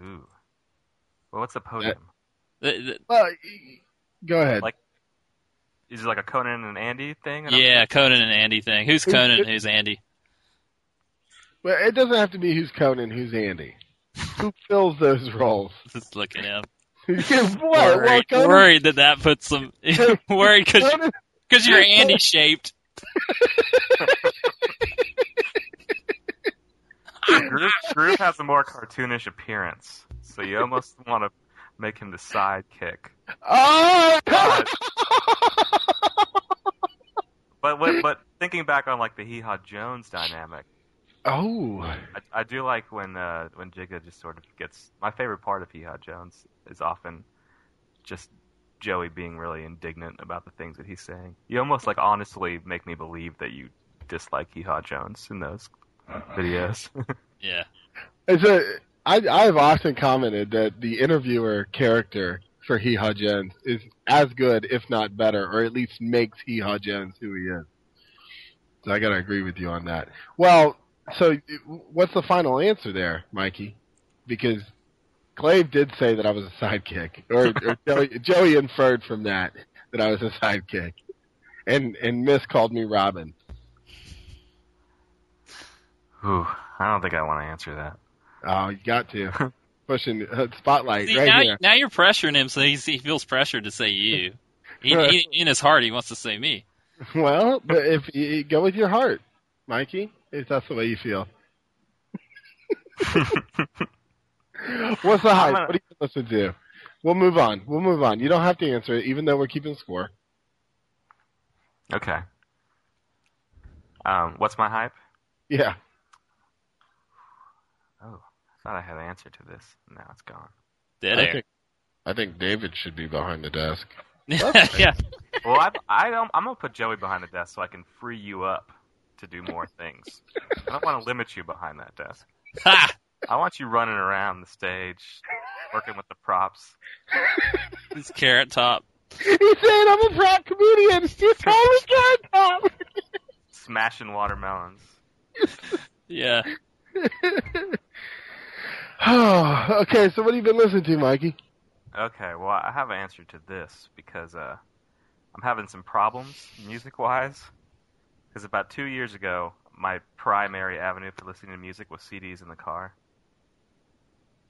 H: Ooh. Well, what's a podium?
C: Th- th-
B: well y- y- go ahead
H: Like- Is it like a Conan and Andy thing? And I'm-
C: yeah. Conan and Andy thing. Who's
B: Who's-
C: Conan? Who's Andy?
B: well, it doesn't have to be who's Conan who's Andy who fills those roles
C: Just look at him.
B: what well,
C: Worried,
B: Conan,
C: worried that that puts some worried because
B: Conan
C: because you're Andy shaped.
H: Groove, Groove has a more cartoonish appearance, so you almost want to make him the sidekick.
B: oh
H: But but, what- but thinking back on like the Hee Haw Jones dynamic,
B: oh
H: I, I do like when uh, when Jigga just sort of gets. My favorite part of Hee Haw Jones is often just Joey being really indignant about the things that he's saying. You almost like honestly make me believe that you dislike Hee Haw Jones in those Uh-huh. videos.
C: Yeah,
B: It's a, I, I've often commented that the interviewer character for Hee Haw Jones is as good, if not better, or at least makes Hee Haw Jones who he is. So I got to agree with you on that. Well, so what's the final answer there, Mikey? Because Clave did say that I was a sidekick, or, or Joey, Joey inferred from that that I was a sidekick, and and Miss called me Robin.
H: Ooh, I don't think I want to answer that.
B: Oh, you got to pushing uh, spotlight
C: See,
B: right
C: now,
B: here.
C: now you're pressuring him, so he's, he feels pressured to say you. He, he, in his heart, he wants to say me.
B: Well, but if you, you go with your heart, Mikey, if that's the way you feel. What's the hype?
H: gonna-
B: What are you supposed to do? We'll move on. We'll move on. You don't have to answer it, even though we're keeping score.
H: Okay. Um, what's my hype?
B: Yeah.
H: Oh, I thought I had an answer to this. Now it's gone.
C: Dead
B: I
C: air.
B: think, I think David should be behind the desk.
C: yeah,
H: Well, I, I don't, I'm gonna put Joey behind the desk so I can free you up to do more things. I don't want to limit you behind that desk.
C: ha!
H: I want you running around the stage, working with the props.
C: It's carrot top.
B: He's saying I'm a proud comedian. You totally can't stop.
H: smashing watermelons.
C: Yeah.
B: okay, so what have you been listening to, Mikey?
H: Okay, well, I have an answer to this because uh, I'm having some problems music wise. Because about two years ago, my primary avenue for listening to music was CDs in the car.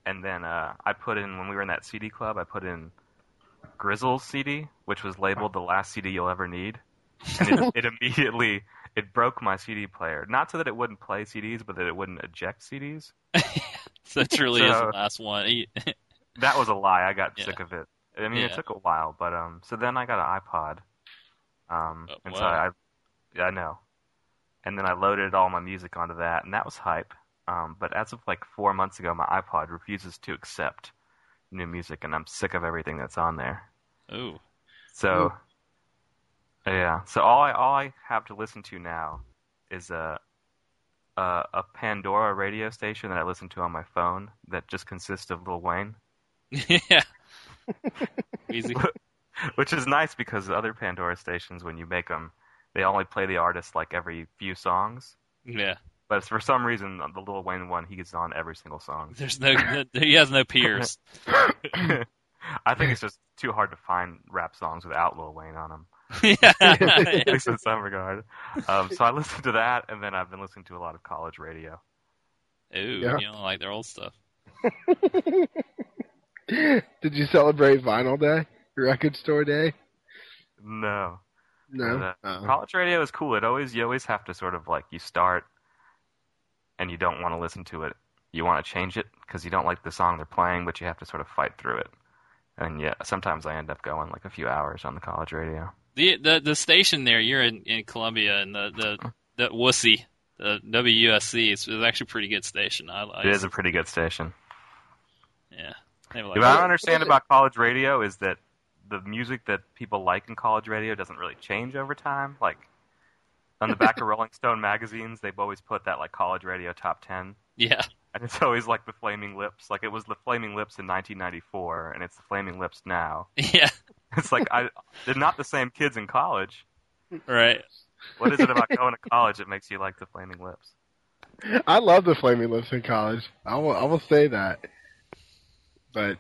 H: And then uh, I put in, when we were in that CD club, I put in Grizzle's CD, which was labeled the last CD you'll ever need. And it, it immediately, it broke my CD player. Not so that it wouldn't play CDs, but that it wouldn't eject CDs.
C: So it truly is the
H: So-
C: last one. He-
H: That was a lie. I got
C: Yeah.
H: sick of it. I mean,
C: Yeah.
H: it took a while, but um. So then I got an iPod, um,
C: Oh,
H: and so I,
C: wow.
H: yeah, I know. And then I loaded all my music onto that, and that was hype. Um, but as of like four months ago, my iPod refuses to accept new music, and I'm sick of everything that's on there.
C: Ooh.
H: So, yeah. So all I all I have to listen to now is a, a a Pandora radio station that I listen to on my phone that just consists of Lil Wayne.
C: yeah. Easy.
H: which is nice because the other Pandora stations, when you make them, they only play the artist like every few songs.
C: Yeah.
H: But for some reason, the Lil Wayne one, he gets on every single song.
C: There's no. He has no peers.
H: and I think it's just too hard to find rap songs without Lil Wayne on them.
C: yeah.
H: At least in some regard. Um, so I listened to that, and then I've been listening to a lot of college radio.
C: Ooh,
B: Yeah.
C: you don't like their old stuff.
B: Did you celebrate Vinyl Day, Record Store Day?
H: No,
B: No.
H: Uh,
C: Mm-hmm.
B: Uh,
H: college radio is cool. It always you always have to sort of like you start, and you don't want to listen to it. You want to change it because you don't like the song they're playing, but you have to sort of fight through it. And yeah, sometimes I end up going like a few hours on the college radio.
C: The the the station there, you're in, in Columbia, and the the, the wussy, the WUSC, is, is actually a pretty good station. I, I
H: It is a pretty good station.
C: yeah. They were
H: What I
C: like,
H: don't understand about college radio is that the music that people like in college radio doesn't really change over time. Like on the back of Rolling Stone magazines, they've always put that like college radio top ten,
C: yeah,
H: and it's always like the Flaming Lips. Like it was the Flaming Lips in 1994, and it's the Flaming Lips now.
C: yeah,
H: It's like I they're not the same kids in college.
C: right.
H: What is it about going to college that makes you like the Flaming Lips?
B: I love the Flaming Lips in college. I will. I will say that. But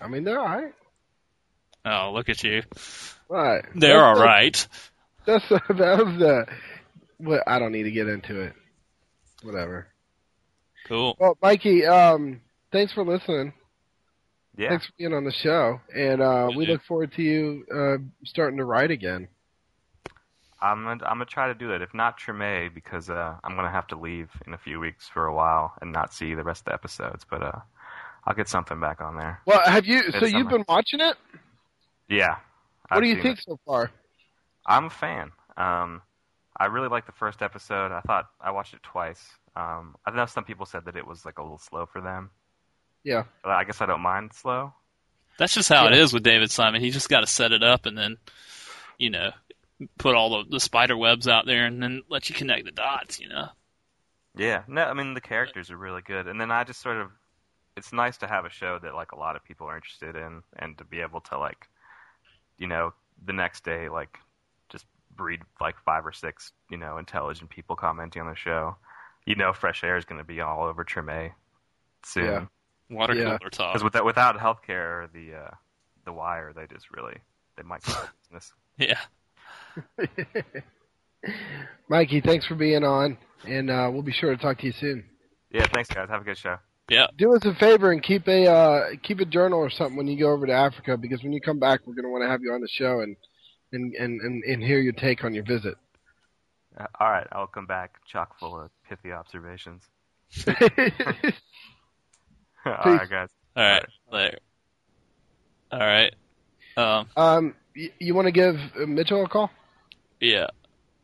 B: I mean, they're all right.
C: Oh, look at you.
B: Right.
C: They're all right.
B: That's that was the. What I don't need to get into it. Whatever.
C: Cool.
B: Well, Mikey, um, thanks for listening.
H: Yeah,
B: Thanks for being on the show, and uh,
C: Yeah,
B: we
C: dude.
B: look forward to you uh, starting to write again.
H: I'm gonna, I'm gonna try to do that. If not Treme, because uh, I'm gonna have to leave in a few weeks for a while and not see the rest of the episodes. But uh, I'll get something back on there.
B: Well, have you? So
H: Good
B: you've
H: summer.
B: been watching it.
H: Yeah.
B: What
H: I've
B: do you
H: seen
B: think
H: it.
B: so far?
H: I'm a fan. Um, I really liked the first episode. I thought I watched it twice. Um, I know some people said that it was like a little slow for them.
B: Yeah.
H: But I guess I don't mind slow.
C: That's just how it is with David Simon. He's just got to set it up and then, you know, put all the, the spider webs out there and then let you connect the dots, you know.
H: Yeah. No, I mean the characters are really good, and then I just sort of. It's nice to have a show that like a lot of people are interested in, and to be able to like, you know, the next day like, just breed like five or six you know intelligent people commenting on the show. You know, fresh air is going to be all over Treme soon.
B: Yeah.
C: Water
B: Yeah.
C: cooler talk.
H: Because without without healthcare or the uh, the wire, they just really they might go out of business.
C: Yeah.
B: Mikey, thanks for being on, and uh, we'll be sure to talk to you soon.
H: Yeah, thanks guys. Have a good show.
C: Yeah.
B: Do us a favor and keep a uh, keep a journal or something when you go over to Africa, because when you come back, we're going to want to have you on the show and and, and, and and hear your take on your visit.
H: Uh, all right, I'll come back chock full of pithy observations. all right, guys.
C: All right. Later. All right. Um,
B: um, y- you want to give uh, Mitchell a call?
C: yeah.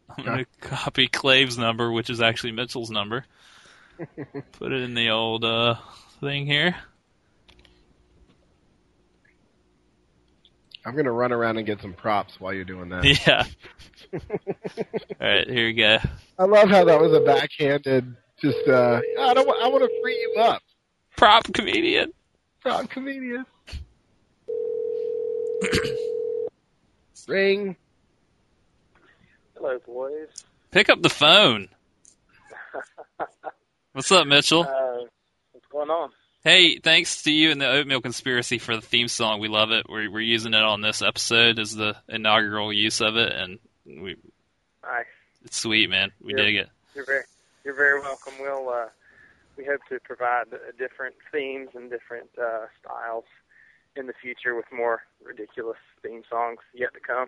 C: I'm going to copy Clave's number, which is actually Mitchell's number. Put it in the old uh, thing here.
B: I'm going to run around and get some props while you're doing that.
C: Yeah. All right. Here we go.
B: I love how that was a backhanded. Just uh, I don't. wa- I want to free you up,
C: Prop comedian.
B: prop comedian. Ring.
E: Hello, boys.
C: Pick up the phone. What's up, Mitchell?
E: Uh, what's going on?
C: Hey, thanks to you and the Oatmeal Conspiracy for the theme song. We love it. We're, we're using it on this episode as the inaugural use of it, and we,
E: Nice.
C: it's sweet, man. We
E: Yeah.
C: dig it.
E: You're very, you're very welcome. We'll, uh, we hope to provide uh, different themes and different uh, styles in the future with more ridiculous theme songs yet to come.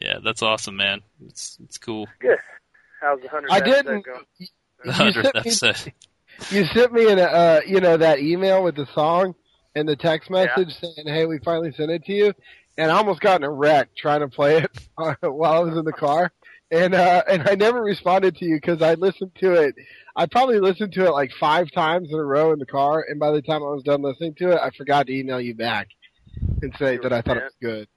C: Yeah, that's awesome, man. It's it's cool.
E: Good. How's the hundred?
B: I didn't.
E: Going?
C: The
B: You
C: hundredth
B: sent me-
C: episode.
B: You sent me an uh, you know that email with the song and the text message saying, "Hey, we finally sent it to you," and I almost got in a wreck trying to play it while I was in the car, and uh, and I never responded to you because I listened to it. I probably listened to it like five times in a row in the car, and by the time I was done listening to it, I forgot to email you back and say that I thought it was good.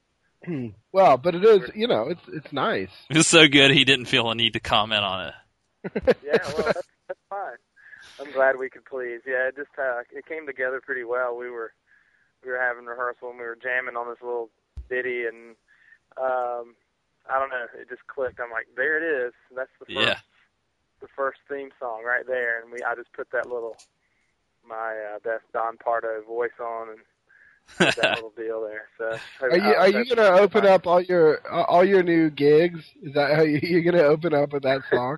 B: well, but it is you know it's it's nice.
C: It was so good he didn't feel a need to comment on it.
E: Yeah, well, that's, that's fine. I'm glad we could please. Yeah, it just uh, it came together pretty well. We were we were having rehearsal and we were jamming on this little ditty, and um, I don't know, it just clicked. I'm like, there it is. That's the first
C: Yeah.
E: the first theme song right there, and we I just put that little my uh, best Don Pardo voice on and
I: with that little deal there. So
B: Are you are you gonna open up all your uh, all your new gigs? Is that how you, you're gonna open up with that song?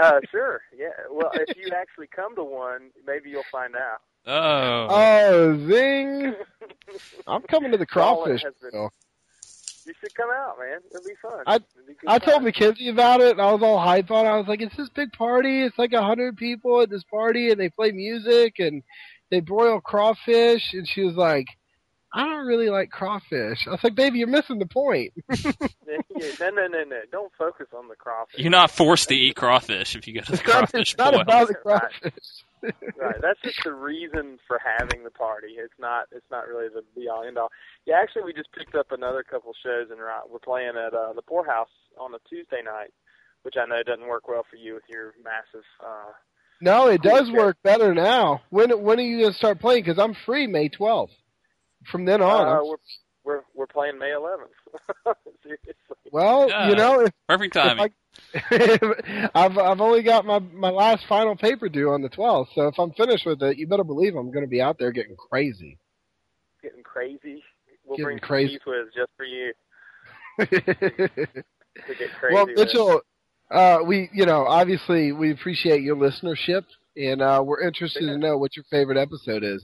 I: Uh, sure. Yeah. Well, if you actually come to one, maybe you'll find out.
C: Oh.
B: Oh, zing! I'm coming to the
I: Well, it
B: crawfish.
I: has been-
B: Bill.
I: You should come out, man. It'll be fun.
B: I-
I: It'll be a good
B: I told
I: time.
B: Mackenzie about it, and I was all hyped on. it. I was like, "It's this big party. It's like a hundred people at this party, and they play music and they broil crawfish." And she was like, "I don't really like crawfish." I was like, "Baby, you're missing the point."
I: yeah, no, no, no, no. Don't focus on the crawfish.
C: You're not forced to eat crawfish if you go to the
B: It's not,
C: crawfish
B: it's not
C: boil.
B: about the crawfish.
I: right. That's just the reason for having the party. It's not. It's not really the be all end all. Yeah, actually, we just picked up another couple shows and we're playing at uh, the Poorhouse on a Tuesday night, which I know doesn't work well for you with your massive. uh
B: No, it does
I: Yeah.
B: work better now. When when are you gonna start playing? Because I'm free May 12th. From then on,
I: uh,
B: I'm-
I: we're we're we're playing May 11th. Seriously.
B: well,
C: Yeah.
B: you know, if,
C: Perfect
B: if
C: timing.
B: I, I've I've only got my my last final paper due on the 12th. So if I'm finished with it, you better believe I'm gonna be out there getting crazy.
I: getting crazy. We'll
B: Getting
I: bring some
B: crazy.
I: Keith with just for you
B: well,
I: to get crazy. with.
B: Mitchell, uh, we you know obviously we appreciate your listenership, and uh, we're interested
I: Yeah.
B: to know what your favorite episode is.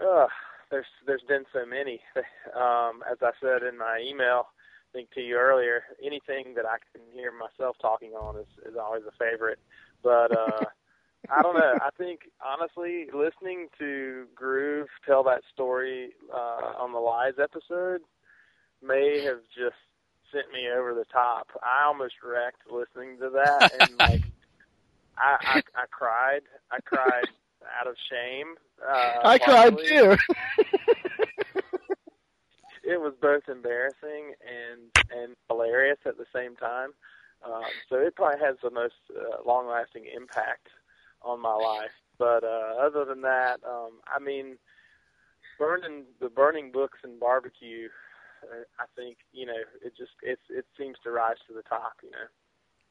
I: Ugh, there's there's been so many. Um, as I said in my email, I think to you earlier, anything that I can hear myself talking on is is always a favorite. But uh, I don't know. I think honestly, listening to Groove tell that story uh, on the Lies episode may have just sent me over the top. I almost wrecked listening to that, and like I I, I cried. I cried out of shame. Uh,
B: I cried
I: partially
B: too.
I: it was both embarrassing and and hilarious at the same time. Um, so it probably has the most uh, long lasting impact on my life. But uh, other than that, um, I mean, burning the burning books and barbecue. uh, I think you know it just it's it seems to rise to the top. You know.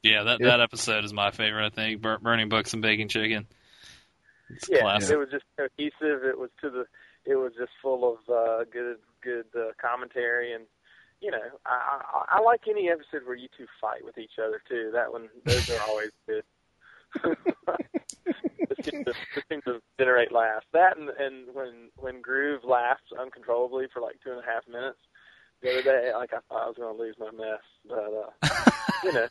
C: yeah, that,
B: Yeah.
C: that episode is my favorite, I think. Bur- burning books and bacon chicken. It's
I: yeah,
C: classic.
I: it was just cohesive. It was to the, it was just full of uh, good, good uh, commentary, and you know, I, I I like any episode where you two fight with each other too. That one, those are always good. it seems to, it seems to generate laughs. That and, and when when Groove laughs uncontrollably for like two and a half minutes the other day, like I thought I was going to lose my mess, but uh, you know.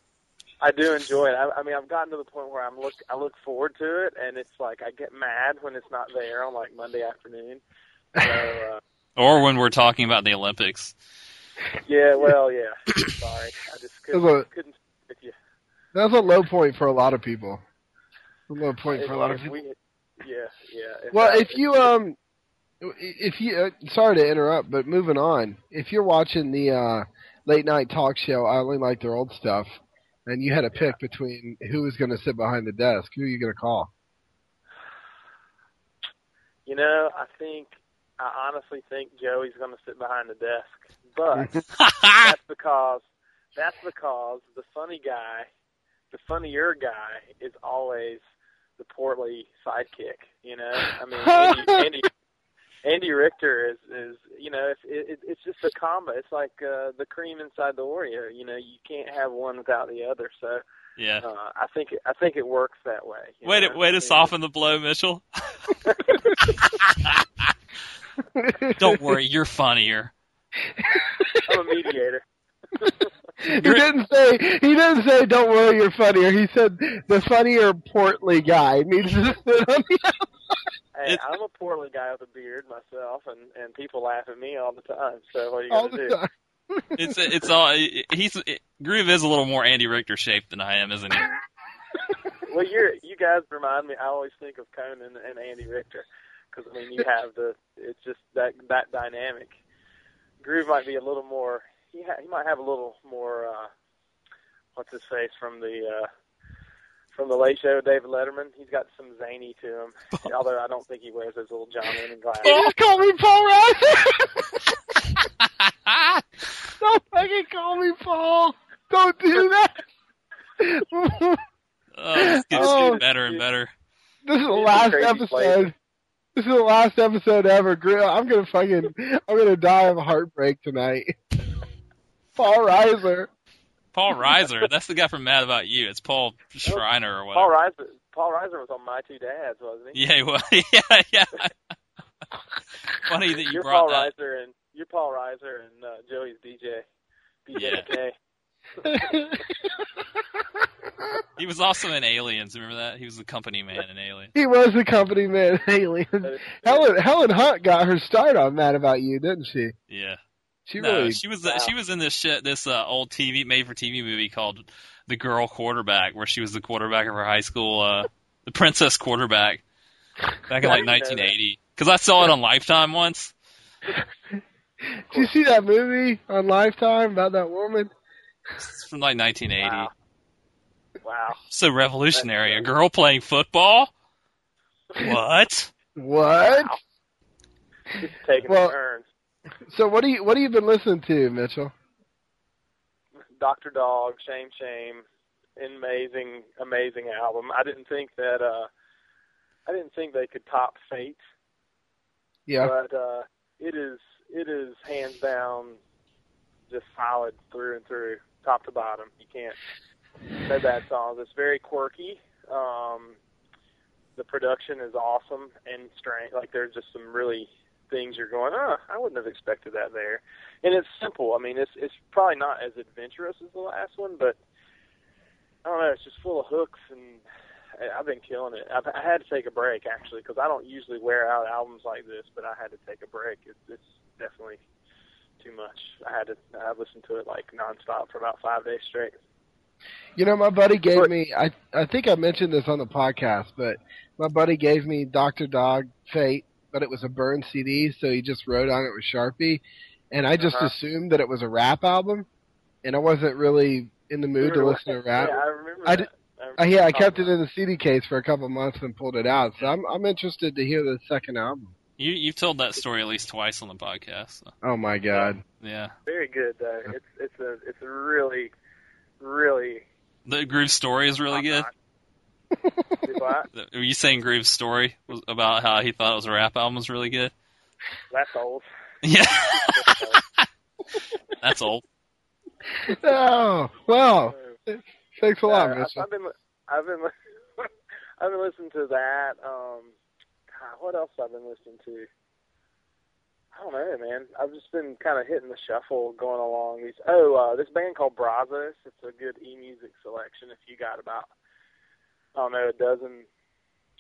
I: I do enjoy it. I, I mean, I've gotten to the point where I'm look I look forward to it, and it's like I get mad when it's not there on like Monday afternoon. So uh,
C: Or when we're talking about the Olympics.
I: yeah, well, yeah. Sorry, I just couldn't
B: Look.
I: couldn't stick with you.
B: That's a low point for a lot of people. A low point for a lot of
I: If
B: people.
I: we- yeah, yeah.
B: Well,
I: I-
B: if you um, if you uh, sorry to interrupt, but moving on, if you're watching the uh, late night talk show, I only like their old stuff, and you had a pick between who was going to sit behind the desk, who are you going to call?
I: you know, I think I honestly think Joey's going to sit behind the desk, but
C: Ah!
I: that's because that's because the funny guy, the funnier guy, is always the portly sidekick. You know, I mean, Andy, Andy, Andy Richter is is you know, it's it, it's just a combo. It's like uh, the cream inside the Oreo. You know, you can't have one without the other. So
C: yeah.
I: uh, I think it, I think it works that way. you
C: Way to,
I: know?
C: way
I: I
C: to
I: mean,
C: soften the blow, Mitchell. Don't worry, you're funnier.
I: I'm a mediator.
B: he didn't say. He didn't say. Don't worry, you're funnier. He said the funnier, portly guy needs to sit on the.
I: Hey,
C: It's-
I: I'm a portly guy with a beard myself, and and people laugh at me all the time. So what are you
B: All
I: gonna
B: the
I: do?
B: time.
C: It's it's all he's Groove is a little more Andy Richter shaped than I am, isn't he?
I: Well, you're you guys remind me. I always think of Conan and Andy Richter because I mean you have the it's just that that dynamic. Groove might be a little more. He ha- he might have a little more. uh What's his face from the uh from the Late Show? David Letterman. He's got some zany to him. Although I don't think he wears those little John Lennon glasses.
B: Don't call me Paul Rudd.
C: Oh,
B: Don't fucking call me Paul. Don't do that.
C: Oh, it's getting
B: Oh,
I: Oh,
C: better and better.
B: This is the
I: He's a
B: last
I: crazy
B: episode.
I: player.
B: This is the last episode ever. Gr- I'm gonna fucking, I'm gonna die of heartbreak tonight. Paul Reiser.
C: Paul Reiser. That's the guy from Mad About You. It's Paul Schreiner or whatever.
I: Paul Reiser. Paul Reiser was on My Two Dads, wasn't he?
C: Yeah, well, yeah, yeah. Funny that you
I: are
C: brought
I: Paul
C: that.
I: Reiser and you're Paul Reiser and uh, Joey's DJ. DJ McKay.
C: He was also in Aliens. Remember that? He was the company man in Aliens.
B: He was the company man in Aliens. Helen Helen Hunt got her start on Mad About You, didn't she?
C: Yeah.
B: She
C: no,
B: really
C: she was she was in this shit this uh, old TV made for TV movie called The Girl Quarterback, where she was the quarterback of her high school, uh, the princess quarterback, back in
B: I didn't
C: like
B: know that.
C: 1980. Because I saw it on Lifetime once.
B: Did you see that movie on Lifetime about that woman?
C: It's from like 1980.
I: Wow.
C: So revolutionary. A girl playing football? What?
B: What?
I: He's taking
B: Well-
I: turns.
B: So what do you what have you been listening to, Mitchell?
I: Doctor Dog, Shame Shame, an amazing, amazing album. I didn't think that uh I didn't think they could top Fate,
B: Yeah.
I: but uh it is it is hands down just solid through and through, top to bottom. You can't no bad songs. It's very quirky. Um the production is awesome and strange. Like there's just some really things you're going, oh, I wouldn't have expected that there. And it's simple. I mean, it's it's probably not as adventurous as the last one, but I don't know. It's just full of hooks, and I- I've been killing it. I've, I had to take a break actually because I don't usually wear out albums like this, but I had to take a break. It's, it's definitely too much. I had to. I listened to it like nonstop for about five days straight.
B: You know, my buddy gave me I I think I mentioned this on the podcast, but my buddy gave me Doctor Dog Fate, but it was a burn CD, so he just wrote on it with Sharpie, and I just
I: Uh-huh.
B: assumed that it was a rap album, and I wasn't really in the mood to listen to rap.
I: Yeah, I remember.
B: I
I: that.
B: d-
I: remember
B: Uh, yeah, I
I: talking
B: kept
I: about
B: it in the CD case for a couple months and pulled it out. So I'm I'm interested to hear the second album.
C: You you've told that story at least twice on the podcast. so,
B: Oh my god!
C: yeah.
I: Very good though. It's it's a it's a really really
C: The Groove story is
B: Uh-huh.
C: really good.
I: what?
C: The- Were you saying Groove's story was about how he thought it was a rap album was really good?
I: That's old.
C: Yeah. That's old.
B: Oh well, thanks a lot,
I: Uh, I've,
B: Mitchell.
I: I've been, li- I've been, li- I've been listening to that. Um, God, what else I've been listening to? I don't know, man. I've just been kind of hitting the shuffle going along. These oh, uh, this band called Brazos. It's a good e music selection. If you got about, I don't know, a dozen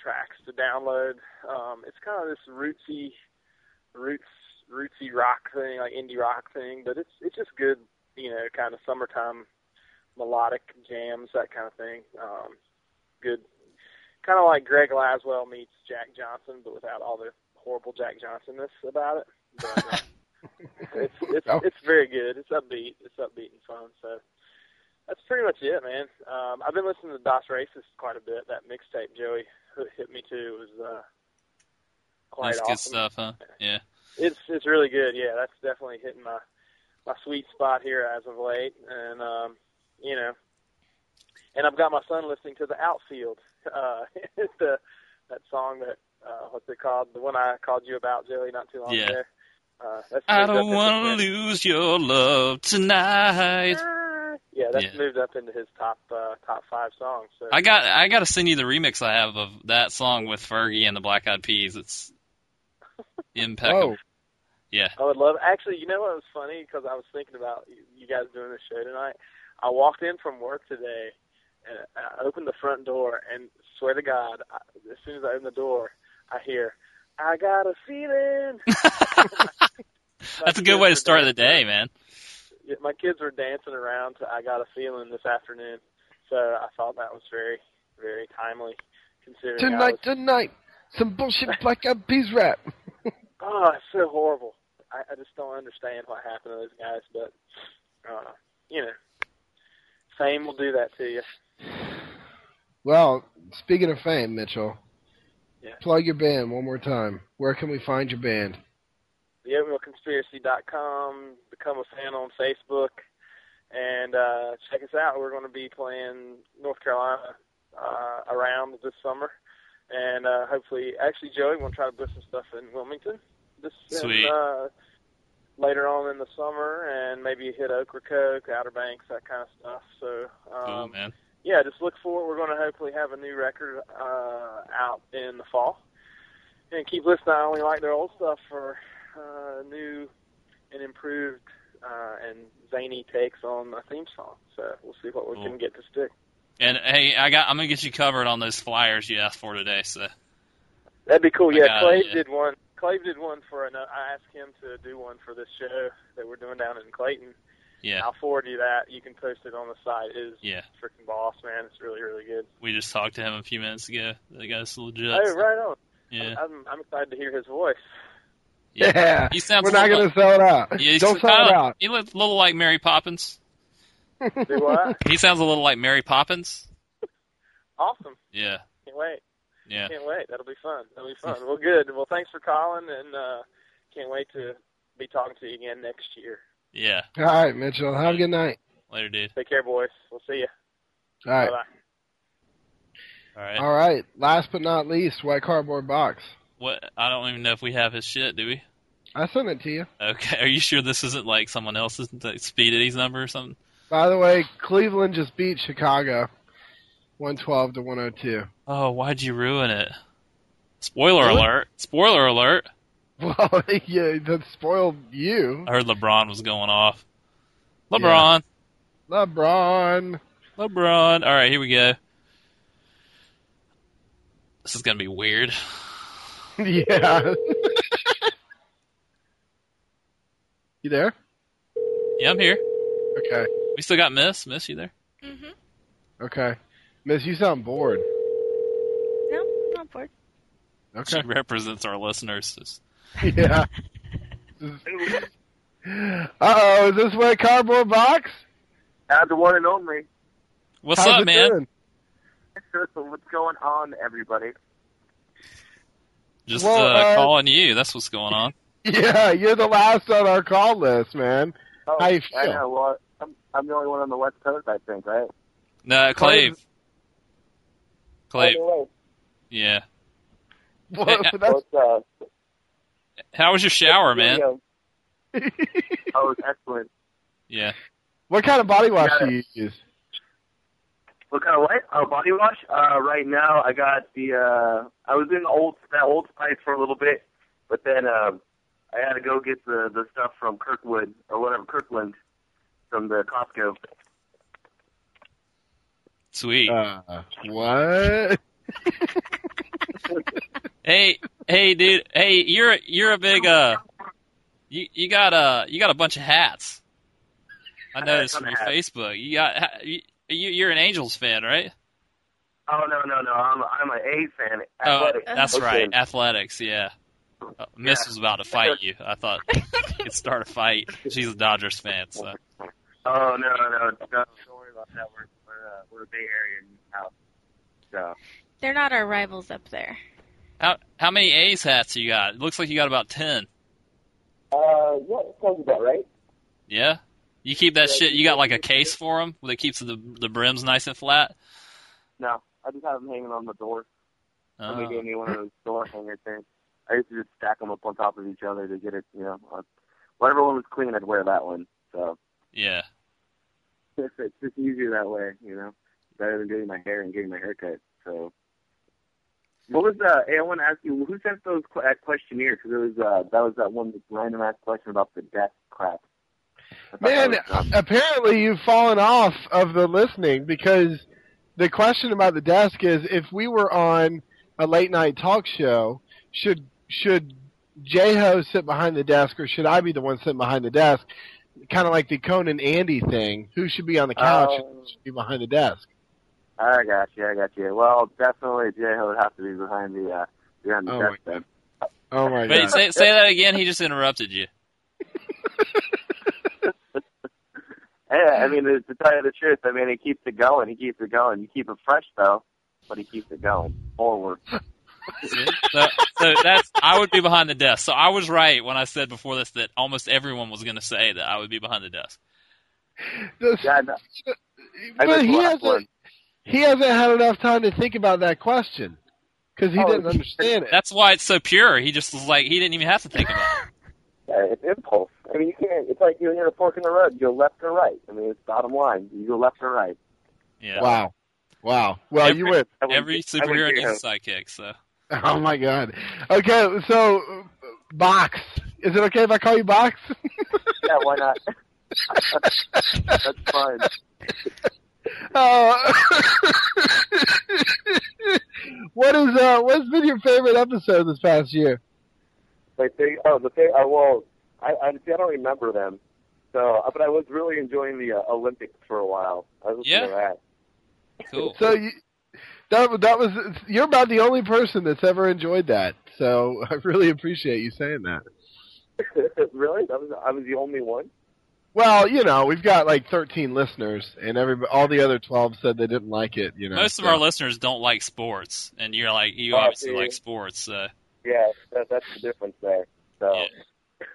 I: tracks to download. Um, it's kind of this rootsy, roots, rootsy rock thing, like indie rock thing. But it's it's just good, you know, kind of summertime melodic jams, that kind of thing. Um, good, kind of like Greg Laswell meets Jack Johnson, but without all the horrible Jack Johnsonness about it. But, uh, it's it's
B: Oh.
I: it's very good. It's upbeat. It's upbeat and fun. So that's pretty much it, man. Um, I've been listening to Das Racist quite a bit. That mixtape Joey hit- hit me to was uh, quite
C: That's
I: awesome.
C: good stuff, huh? Yeah.
I: It's it's really good. Yeah, that's definitely hitting my my sweet spot here as of late, and um, you know, and I've got my son listening to the outfield. Uh, the that song that uh, what's it called? The one I called you about, Joey, not too long
C: Yeah.
I: ago. Uh, that's
C: I
I: moved up
C: don't
I: into
C: want to
I: his-
C: lose your love tonight.
I: Yeah, that's
C: Yeah.
I: moved up into his top uh, top five songs. So
C: I got I got to send you the remix I have of that song with Fergie and the Black Eyed Peas. It's impeccable.
B: Whoa.
C: Yeah.
I: I would love. Actually, you know what was funny? Because I was thinking about you- you guys doing the show tonight. I walked in from work today, and I opened the front door, and swear to God, I, as soon as I open the door, I hear, "I got a feeling."
C: That's a good way to start the day, man.
I: Yeah, My kids were dancing around to "I Got a Feeling" this afternoon, so I thought that was very, very timely. Considering I
B: Tonight,
I: was-
B: tonight, some bullshit black eyed peas rap.
I: Oh, it's so horrible. I, I just don't understand what happened to those guys, but uh, you know, fame will do that to you.
B: Well, speaking of fame, Mitchell,
I: Yeah.
B: plug your band one more time. Where can we find your band?
I: TheOatmealConspiracy.com. Become a fan on Facebook, and uh, check us out. We're going to be playing North Carolina uh, around this summer, and uh, hopefully, actually, Joey will try to put some stuff in Wilmington. This
C: Sweet.
I: And, uh, later on in the summer, and maybe hit Ocracoke, Outer Banks, that kind of stuff. So, um,
C: Cool, man.
I: yeah, just look forward. We're going to hopefully have a new record uh, out in the fall, and keep listening. I only like their old stuff for uh, new and improved uh, and zany takes on a theme song. So we'll see what we
C: Cool.
I: can get to stick.
C: And hey, I got I'm gonna get you covered on those flyers you asked for today. So
I: That'd be cool.
C: I
I: Yeah,
C: got it,
I: Clave
C: yeah.
I: did one. Clave did one for an. I asked him to do one for this show that we're doing down in Clayton.
C: yeah,
I: I'll forward you that. You can post it on the site. It is
C: yeah.
I: freaking boss, man. It's really, really good.
C: We just talked to him a few minutes ago. That guy's legit.
I: Oh, right on.
C: Yeah,
I: I'm, I'm excited to hear his voice.
C: yeah.
B: Yeah.
C: He sounds
B: We're not
C: a
B: going
C: little
B: to sell it out.
C: like- yeah, he
B: Don't
C: sounds-
B: sell it
C: kinda-
B: out.
C: He looks a little like Mary Poppins.
I: Do what?
C: He sounds a little like Mary Poppins.
I: awesome.
C: Yeah,
I: Can't wait.
C: yeah.
I: Can't wait. That'll be fun. That'll be fun. well, good. Well, thanks for calling, and uh, can't wait to be talking to you again next year.
C: Yeah.
B: All right, Mitchell. Have a good night.
C: Later, dude.
I: Take care, boys. We'll see you.
B: All right.
I: Bye-bye.
C: All right.
B: All right. Last but not least, white cardboard box.
C: What? I don't even know if we have his shit, do we?
B: I sent it to you.
C: Okay. Are you sure this isn't like someone else's like Speed Eddie's number or something?
B: By the way, Cleveland just beat Chicago, one twelve to one hundred two.
C: Oh, why'd you ruin it? Spoiler
B: Really?
C: alert! Spoiler alert!
B: Well, yeah, that spoiled you,
C: I heard LeBron was going off. LeBron,
B: LeBron.
C: LeBron. All right, here we go. This is gonna be weird.
B: yeah. you there?
C: Yeah, I'm here.
B: Okay.
C: We still got Miss. Miss, you there?
D: Mm-hmm.
B: Okay. Miss, you sound bored.
D: No, I'm not bored.
B: Okay.
C: She represents our listeners. It's-
B: yeah. Uh oh, is this white cardboard box?
J: As the one and only.
C: What's
B: How's
C: up,
B: it
C: man?
B: doing?
J: So what's going on, everybody?
C: Just
B: Well,
C: uh,
B: uh,
C: calling you. That's what's going on.
B: Yeah, you're the last on our call list, man.
J: Oh,
B: How you
J: I
B: feel?
J: know. Well, I'm, I'm the only one on the West Coast, I think, right?
C: No, Clave. Clave.
J: Anyway,
C: Yeah.
B: Well,
C: Yeah.
B: that's-
J: what's, uh,
C: How was your shower, man?
J: video? Oh, it's excellent.
C: Yeah.
B: what kind of body wash do you use?
J: What kind of what? Oh, body wash. Uh, right now, I got the. Uh, I was in old that old Spice for a little bit, but then um, I had to go get the the stuff from Kirkwood or whatever Kirkland from the Costco.
C: Sweet.
B: Uh, what?
C: Hey, hey, dude. Hey, you're you're a big uh, you you got uh you got a bunch of hats. I
J: got a
C: noticed
J: ton
C: from
J: of
C: your
J: hats.
C: Facebook. You got ha- you you- you're an Angels fan, right?
J: Oh no no no! I'm I'm an A's fan.
C: Oh,
J: Athletic.
C: that's
J: Okay.
C: right. Athletics. Yeah. Uh, Miss
J: Yeah.
C: was about to fight you. I thought you could start a fight. She's a Dodgers fan, so
J: Oh no no no! Don't worry about that. We're we're, uh, we're a Bay Area house. So
D: They're not our rivals up there.
C: how how many A's hats you got? It looks like you got about ten.
J: uh, what sounds about right?
C: Yeah. You keep that
J: Yeah,
C: shit.
J: you
C: You got
J: can-
C: like a case for them that keeps the the brims nice and flat.
J: No, I just have them hanging on the door. Somebody
C: Oh.
J: gave me one of those door hanger things. I used to just stack them up on top of each other to get it, you know, on, whatever one was clean, I'd wear that one. So
C: Yeah.
J: it's it's just easier that way, you know, better than doing my hair and getting my hair cut. So what was uh? Hey, I want to ask you who sent those que- that questionnaire? Because it was uh, that was that one random ass question about the death crap. I thought that
B: Man,
J: was dumb.
B: apparently you've fallen off of the listening because the question about the desk is if we were on a late night talk show, should should J Ho sit behind the desk or should I be the one sitting behind the desk? Kind of like the Conan Andy thing. Who should be on the couch?
J: Oh. Um,
B: and who should be behind the desk?
J: I got you, I got you. Well, definitely J Ho would have to be behind the uh, behind the
B: Oh,
J: desk
B: my
J: then.
B: Oh my
C: Wait,
B: god!
C: say, say that again. He just interrupted you.
J: Yeah, I mean, to to tell you the truth, I mean, he keeps it going. He keeps it going. You keep it fresh, though, but he keeps it going forward.
C: So, so that's I would be behind the desk. So I was right when I said before this that almost everyone was going to say that I would be behind the desk.
J: Yeah, no, I
B: but
J: missed
B: he
J: the last
B: hasn't
J: one.
B: he hasn't had enough time to think about that question. because he
C: Oh,
B: didn't understand it.
C: That's why it's so pure. He just was like he didn't even have to think about it.
J: Yeah, uh, it's impulse. I mean, you can't. It's like you hit a fork in the road. You go left or right. I mean, it's bottom line. You go left or right.
C: Yeah.
B: Wow, wow. Well, you win.
C: Every superhero needs a sidekick, so
B: Oh my god. Okay, so uh, box. Is it okay if I call you box?
J: yeah, why not? That's fine.
B: Uh, what is uh? What's been your favorite episode this past year?
J: Like they, oh, the thing. Oh, well, I, I see. I don't remember them. So, uh, but I was really enjoying the uh, Olympics for a while. I was listening to
C: Cool.
B: So you, that that was you're about the only person that's ever enjoyed that. So I really appreciate you saying that.
J: that. really? That was. I was the only one.
B: Well, you know, we've got like 13 listeners, and every all the other 12 said they didn't like it. You know,
C: most of
B: so.
C: our listeners don't like sports, and you're like you
J: Oh,
C: obviously
J: see.
C: like sports. So.
J: Yeah, that, that's the difference there. So,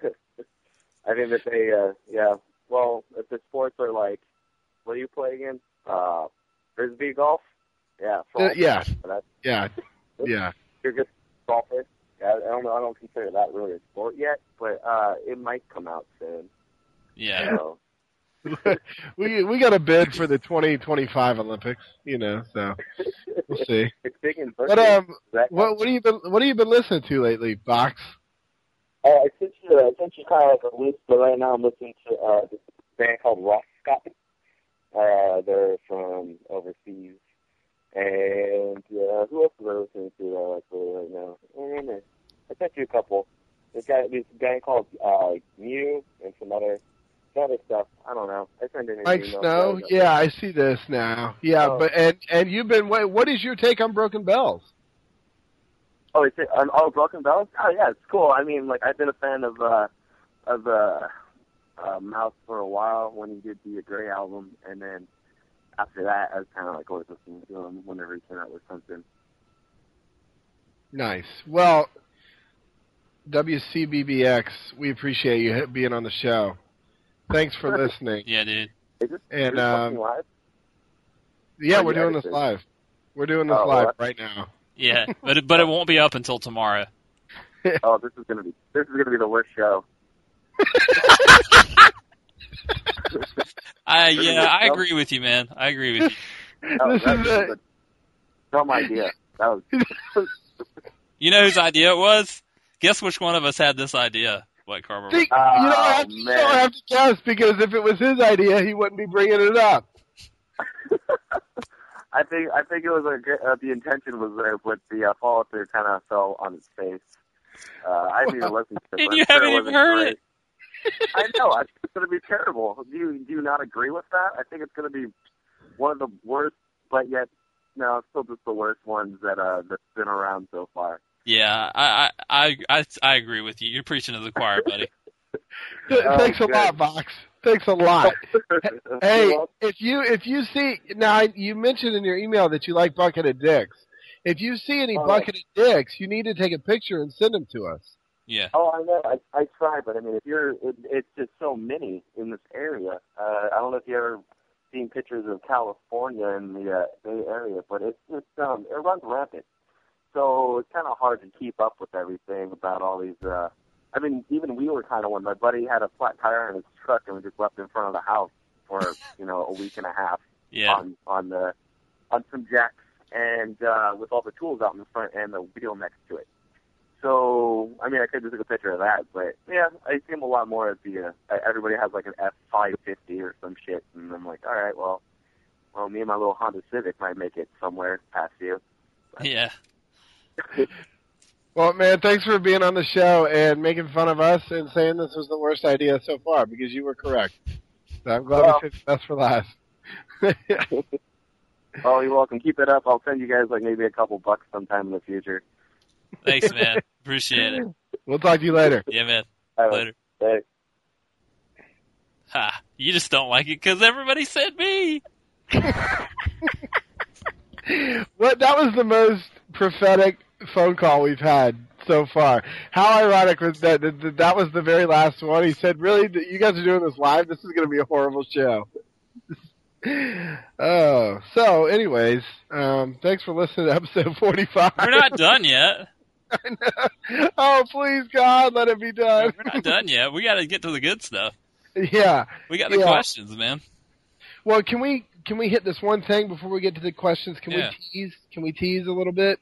J: I think that they, uh, yeah. Well, if the sports are like, what do you play again? Uh, frisbee golf. Yeah.
B: Uh, yeah.
J: That's,
B: yeah, yeah.
J: you're just a golfer. Yeah, I don't know. I don't consider that really a sport yet, but uh, it might come out soon.
C: Yeah.
J: So,
B: we we got a bid for the 2025 Olympics. You know, so we'll see.
J: it's big in
B: But
J: Berkeley.
B: um,
J: That-
B: what what have you been what have you been listening to lately, Box?
J: Uh, I sent you, I sent you kind of like a list, but right now I'm listening to uh, this band called Rock Scott. Uh, they're from overseas. And uh, who else was I listening to that I like really right now? I don't remember. I sent you a couple. This guy, this guy called uh, Mew and some other, some other stuff. I don't know. I sent in an
B: Mike
J: email.
B: Snow? Yeah, I see this now. Yeah,
J: Oh.
B: but and and you've been what, what is your take on Broken Bells?
J: Oh, it's um, oh Broken Bells. Oh yeah, it's cool. I mean, like I've been a fan of uh of uh, uh Mouse for a while when he did the Grey album, and then after that, I was kind of like always listening to him whenever he came out with something.
B: Nice. Well, WCBBX, we appreciate you being on the show. Thanks for listening.
C: Yeah, dude.
J: Is this,
B: And,
J: is this
B: uh,
J: fucking live?
B: Yeah,
J: Are
B: we're
J: you
B: doing this
J: edited?
B: live. We're doing this
J: Oh,
B: live
J: what?
B: right now.
C: Yeah, but it, but it won't be up until tomorrow.
J: oh, this is gonna be this is gonna be the worst show.
C: I yeah, I agree with you, man. I agree with you.
J: Oh,
B: this
J: that
B: is
J: was
B: a,
J: a dumb idea. That was
C: You know whose idea it was? Guess which one of us had this idea? What Carver?
B: think, you, don't have to, you
J: Ah, man.
B: don't have to guess because if it was his idea, he wouldn't be bringing it up.
J: I think I think it was like uh, the intention was there, but the uh, follow through kind of fell on its face. Uh, I didn't even listen to it.
C: And
J: but
C: you
J: I'm sure
C: haven't even
J: wasn't
C: heard
J: great. I know. I think it's going to be terrible. Do you do you not agree with that? I think it's going to be one of the worst, but yet no, it's still just the worst ones that uh that's been around so far.
C: Yeah, I, I I I I agree with you. You're preaching to the choir, buddy.
B: Th-
J: Oh,
B: Thanks a
J: good.
B: lot, Box. Thanks a lot. Hey,
J: Well,
B: if you if you see now, I- you mentioned in your email that you like bucket of dicks. If you see any
J: Oh.
B: bucket of dicks, you need to take a picture and send them to us.
C: Yeah.
J: Oh, I know. I, I try, but I mean, if you're, it, it's just so many in this area. Uh, I don't know if you ever seen pictures of California in the uh, Bay Area, but it's just um, it runs rampant. So it's kind of hard to keep up with everything about all these. Uh, I mean, even we were kind of one. My buddy had a flat tire in his truck, and we just left it in front of the house for you know a week and a half
C: Yeah.
J: on on the on some jacks and uh, with all the tools out in the front and the wheel next to it. So I mean, I could just take a picture of that, but yeah, I see them a lot more at the. Uh, everybody has like an F five fifty or some shit, and I'm like, all right, well, well, me and my little Honda Civic might make it somewhere past you.
C: Yeah.
B: Well, man, thanks for being on the show and making fun of us and saying this was the worst idea so far because you were correct. So I'm glad
J: Well.
B: we saved the best for last.
J: Oh, you're welcome. Keep it up. I'll send you guys like maybe a couple bucks sometime in the future.
C: Thanks, man. Appreciate it.
B: we'll talk to you later.
C: Yeah, man.
J: All right.
C: Later.
J: Hey.
C: Ha. You just don't like it because everybody said me.
B: What that was the most prophetic phone call we've had so far. How ironic was that? That, that- that was the very last one. He said, "Really, you guys are doing this live? This is going to be a horrible show." Oh, so anyways, um, thanks for listening to episode 45.
C: We're not done yet.
B: oh, please, God, let it be done.
C: We're not done yet. We got to get to the good stuff.
B: yeah.
C: We got the
B: Yeah.
C: questions, man.
B: Well, can we can we hit this one thing before we get to the questions? Can
C: Yeah.
B: we tease? Can we tease a little bit?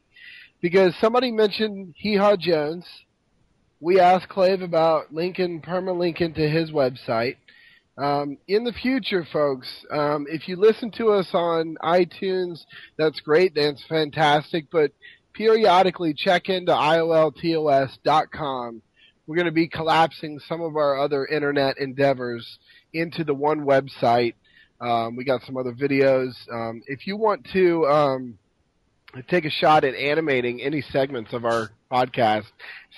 B: Because somebody mentioned Hee Haw Jones. We asked Clave about linking permalink into his website. Um, in the future, folks, um, if you listen to us on iTunes, that's great. That's fantastic. But periodically check into IOLTOS.com. We're going to be collapsing some of our other internet endeavors into the one website. Um, we got some other videos. Um, if you want to um, take a shot at animating any segments of our podcast,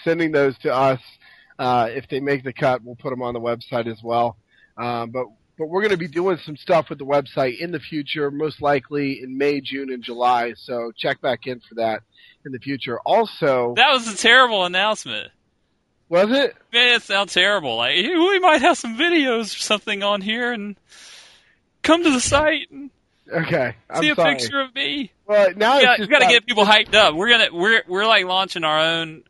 B: sending those to us. Uh, if they make the cut, we'll put them on the website as well. Um, but but we're going to be doing some stuff with the website in the future, most likely in May, June, and July. So check back in for that in the future. Also,
C: That was a terrible announcement.
B: was it?
C: Man, it sounds terrible. Like "Hey, we might have some videos or something on here, and come to the site and
B: Okay, I'm
C: see a
B: sorry.
C: picture of me.
B: Well, now
C: we
B: it's
C: gotta,
B: just
C: we gotta
B: not-
C: get people hyped up. We're gonna we're we're like launching our own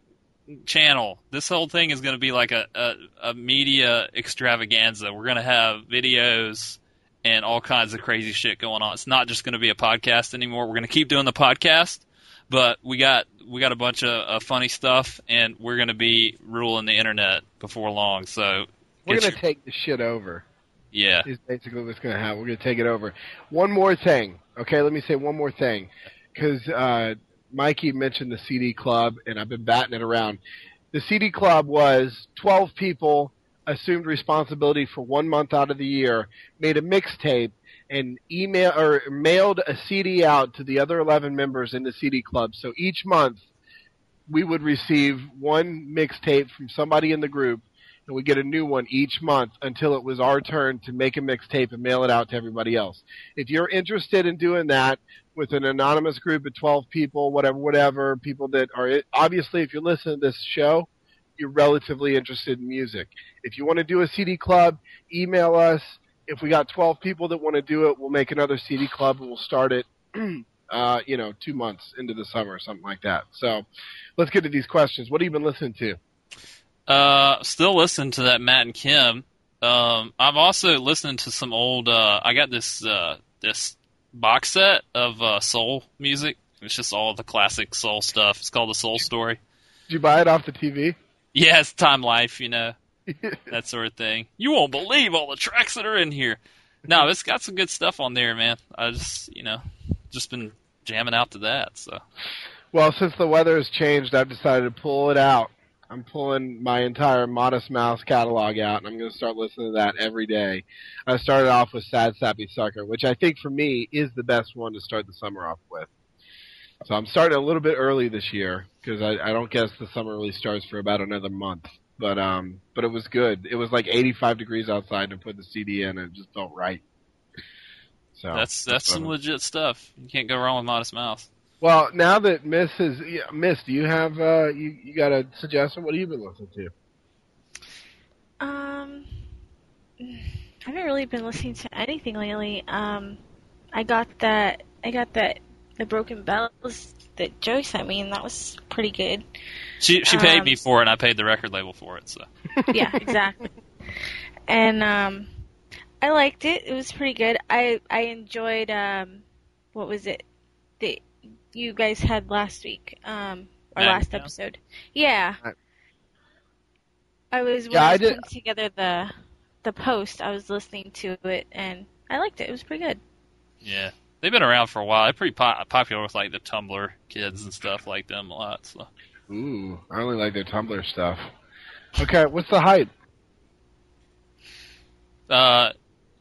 C: channel. This whole thing is gonna be like a a, a media extravaganza. We're gonna have videos and all kinds of crazy shit going on. It's not just gonna be a podcast anymore. We're gonna keep doing the podcast, but we got we got a bunch of uh, funny stuff, and we're gonna be ruling the internet before long. So
B: We're
C: get
B: going to take the shit over.
C: Yeah.
B: Is basically what's going to happen. We're going to take it over. One more thing. Okay, let me say one more thing. Because uh, Mikey mentioned the CD Club, and I've been batting it around. The CD Club was 12 people assumed responsibility for one month out of the year, made a mixtape, and email or mailed a CD out to the other 11 members in the CD Club. So each month, we would receive one mixtape from somebody in the group, and we get a new one each month until it was our turn to make a mixtape and mail it out to everybody else. If you're interested in doing that with an anonymous group of 12 people, whatever, whatever, people that are obviously, if you're listening to this show, you're relatively interested in music. If you want to do a CD club, email us. If we got 12 people that want to do it, we'll make another CD club and we'll start it. Uh, you know, two months into the summer or something like that. So, let's get to these questions. What have you been listening to?
C: Uh, still listening to that Matt and Kim. Um, I'm also listening to some old. Uh, I got this uh, this box set of uh, soul music. It's just all the classic soul stuff. It's called the Soul Story.
B: Did you buy it off the TV?
C: Yeah, it's Time Life, you know, that sort of thing. You won't believe all the tracks that are in here. No, it's got some good stuff on there, man. I just, you know, just been jamming out to that. So
B: Well, since the weather has changed, I've decided to pull it out. I'm pulling my entire Modest Mouse catalog out, and I'm going to start listening to that every day. I started off with Sad Sappy Sucker, which I think for me is the best one to start the summer off with. So I'm starting a little bit early this year because I, I don't guess the summer really starts for about another month. But um, but it was good. It was like 85 degrees outside, and I put the CD in, and it just felt right. So
C: that's that's
B: what I'm
C: some legit stuff. You can't go wrong with Modest Mouse.
B: Well, now that Miss is yeah, Miss, do you have uh, you you got a suggestion? What have you been listening to?
D: Um, I haven't really been listening to anything lately. Um, I got that. I got that. The broken bells that Joey sent me, and that was pretty good.
C: She she paid
D: Um,
C: me for it, and I paid the record label for it. So
D: yeah, exactly. And um, I liked it. It was pretty good. I I enjoyed um, what was it that you guys had last week? Um, our
K: Madden
D: last
K: Town?
D: episode. Yeah.
B: Right.
D: I was when
B: Yeah,
D: I
B: I
D: was
B: did-
D: putting together the the post. I was listening to it and I liked it. It was pretty good.
C: Yeah, they've been around for a while. They're pretty po- popular with like the Tumblr kids and stuff like them a lot. So
B: Ooh, I only like their Tumblr stuff. Okay, what's the hype?
C: uh,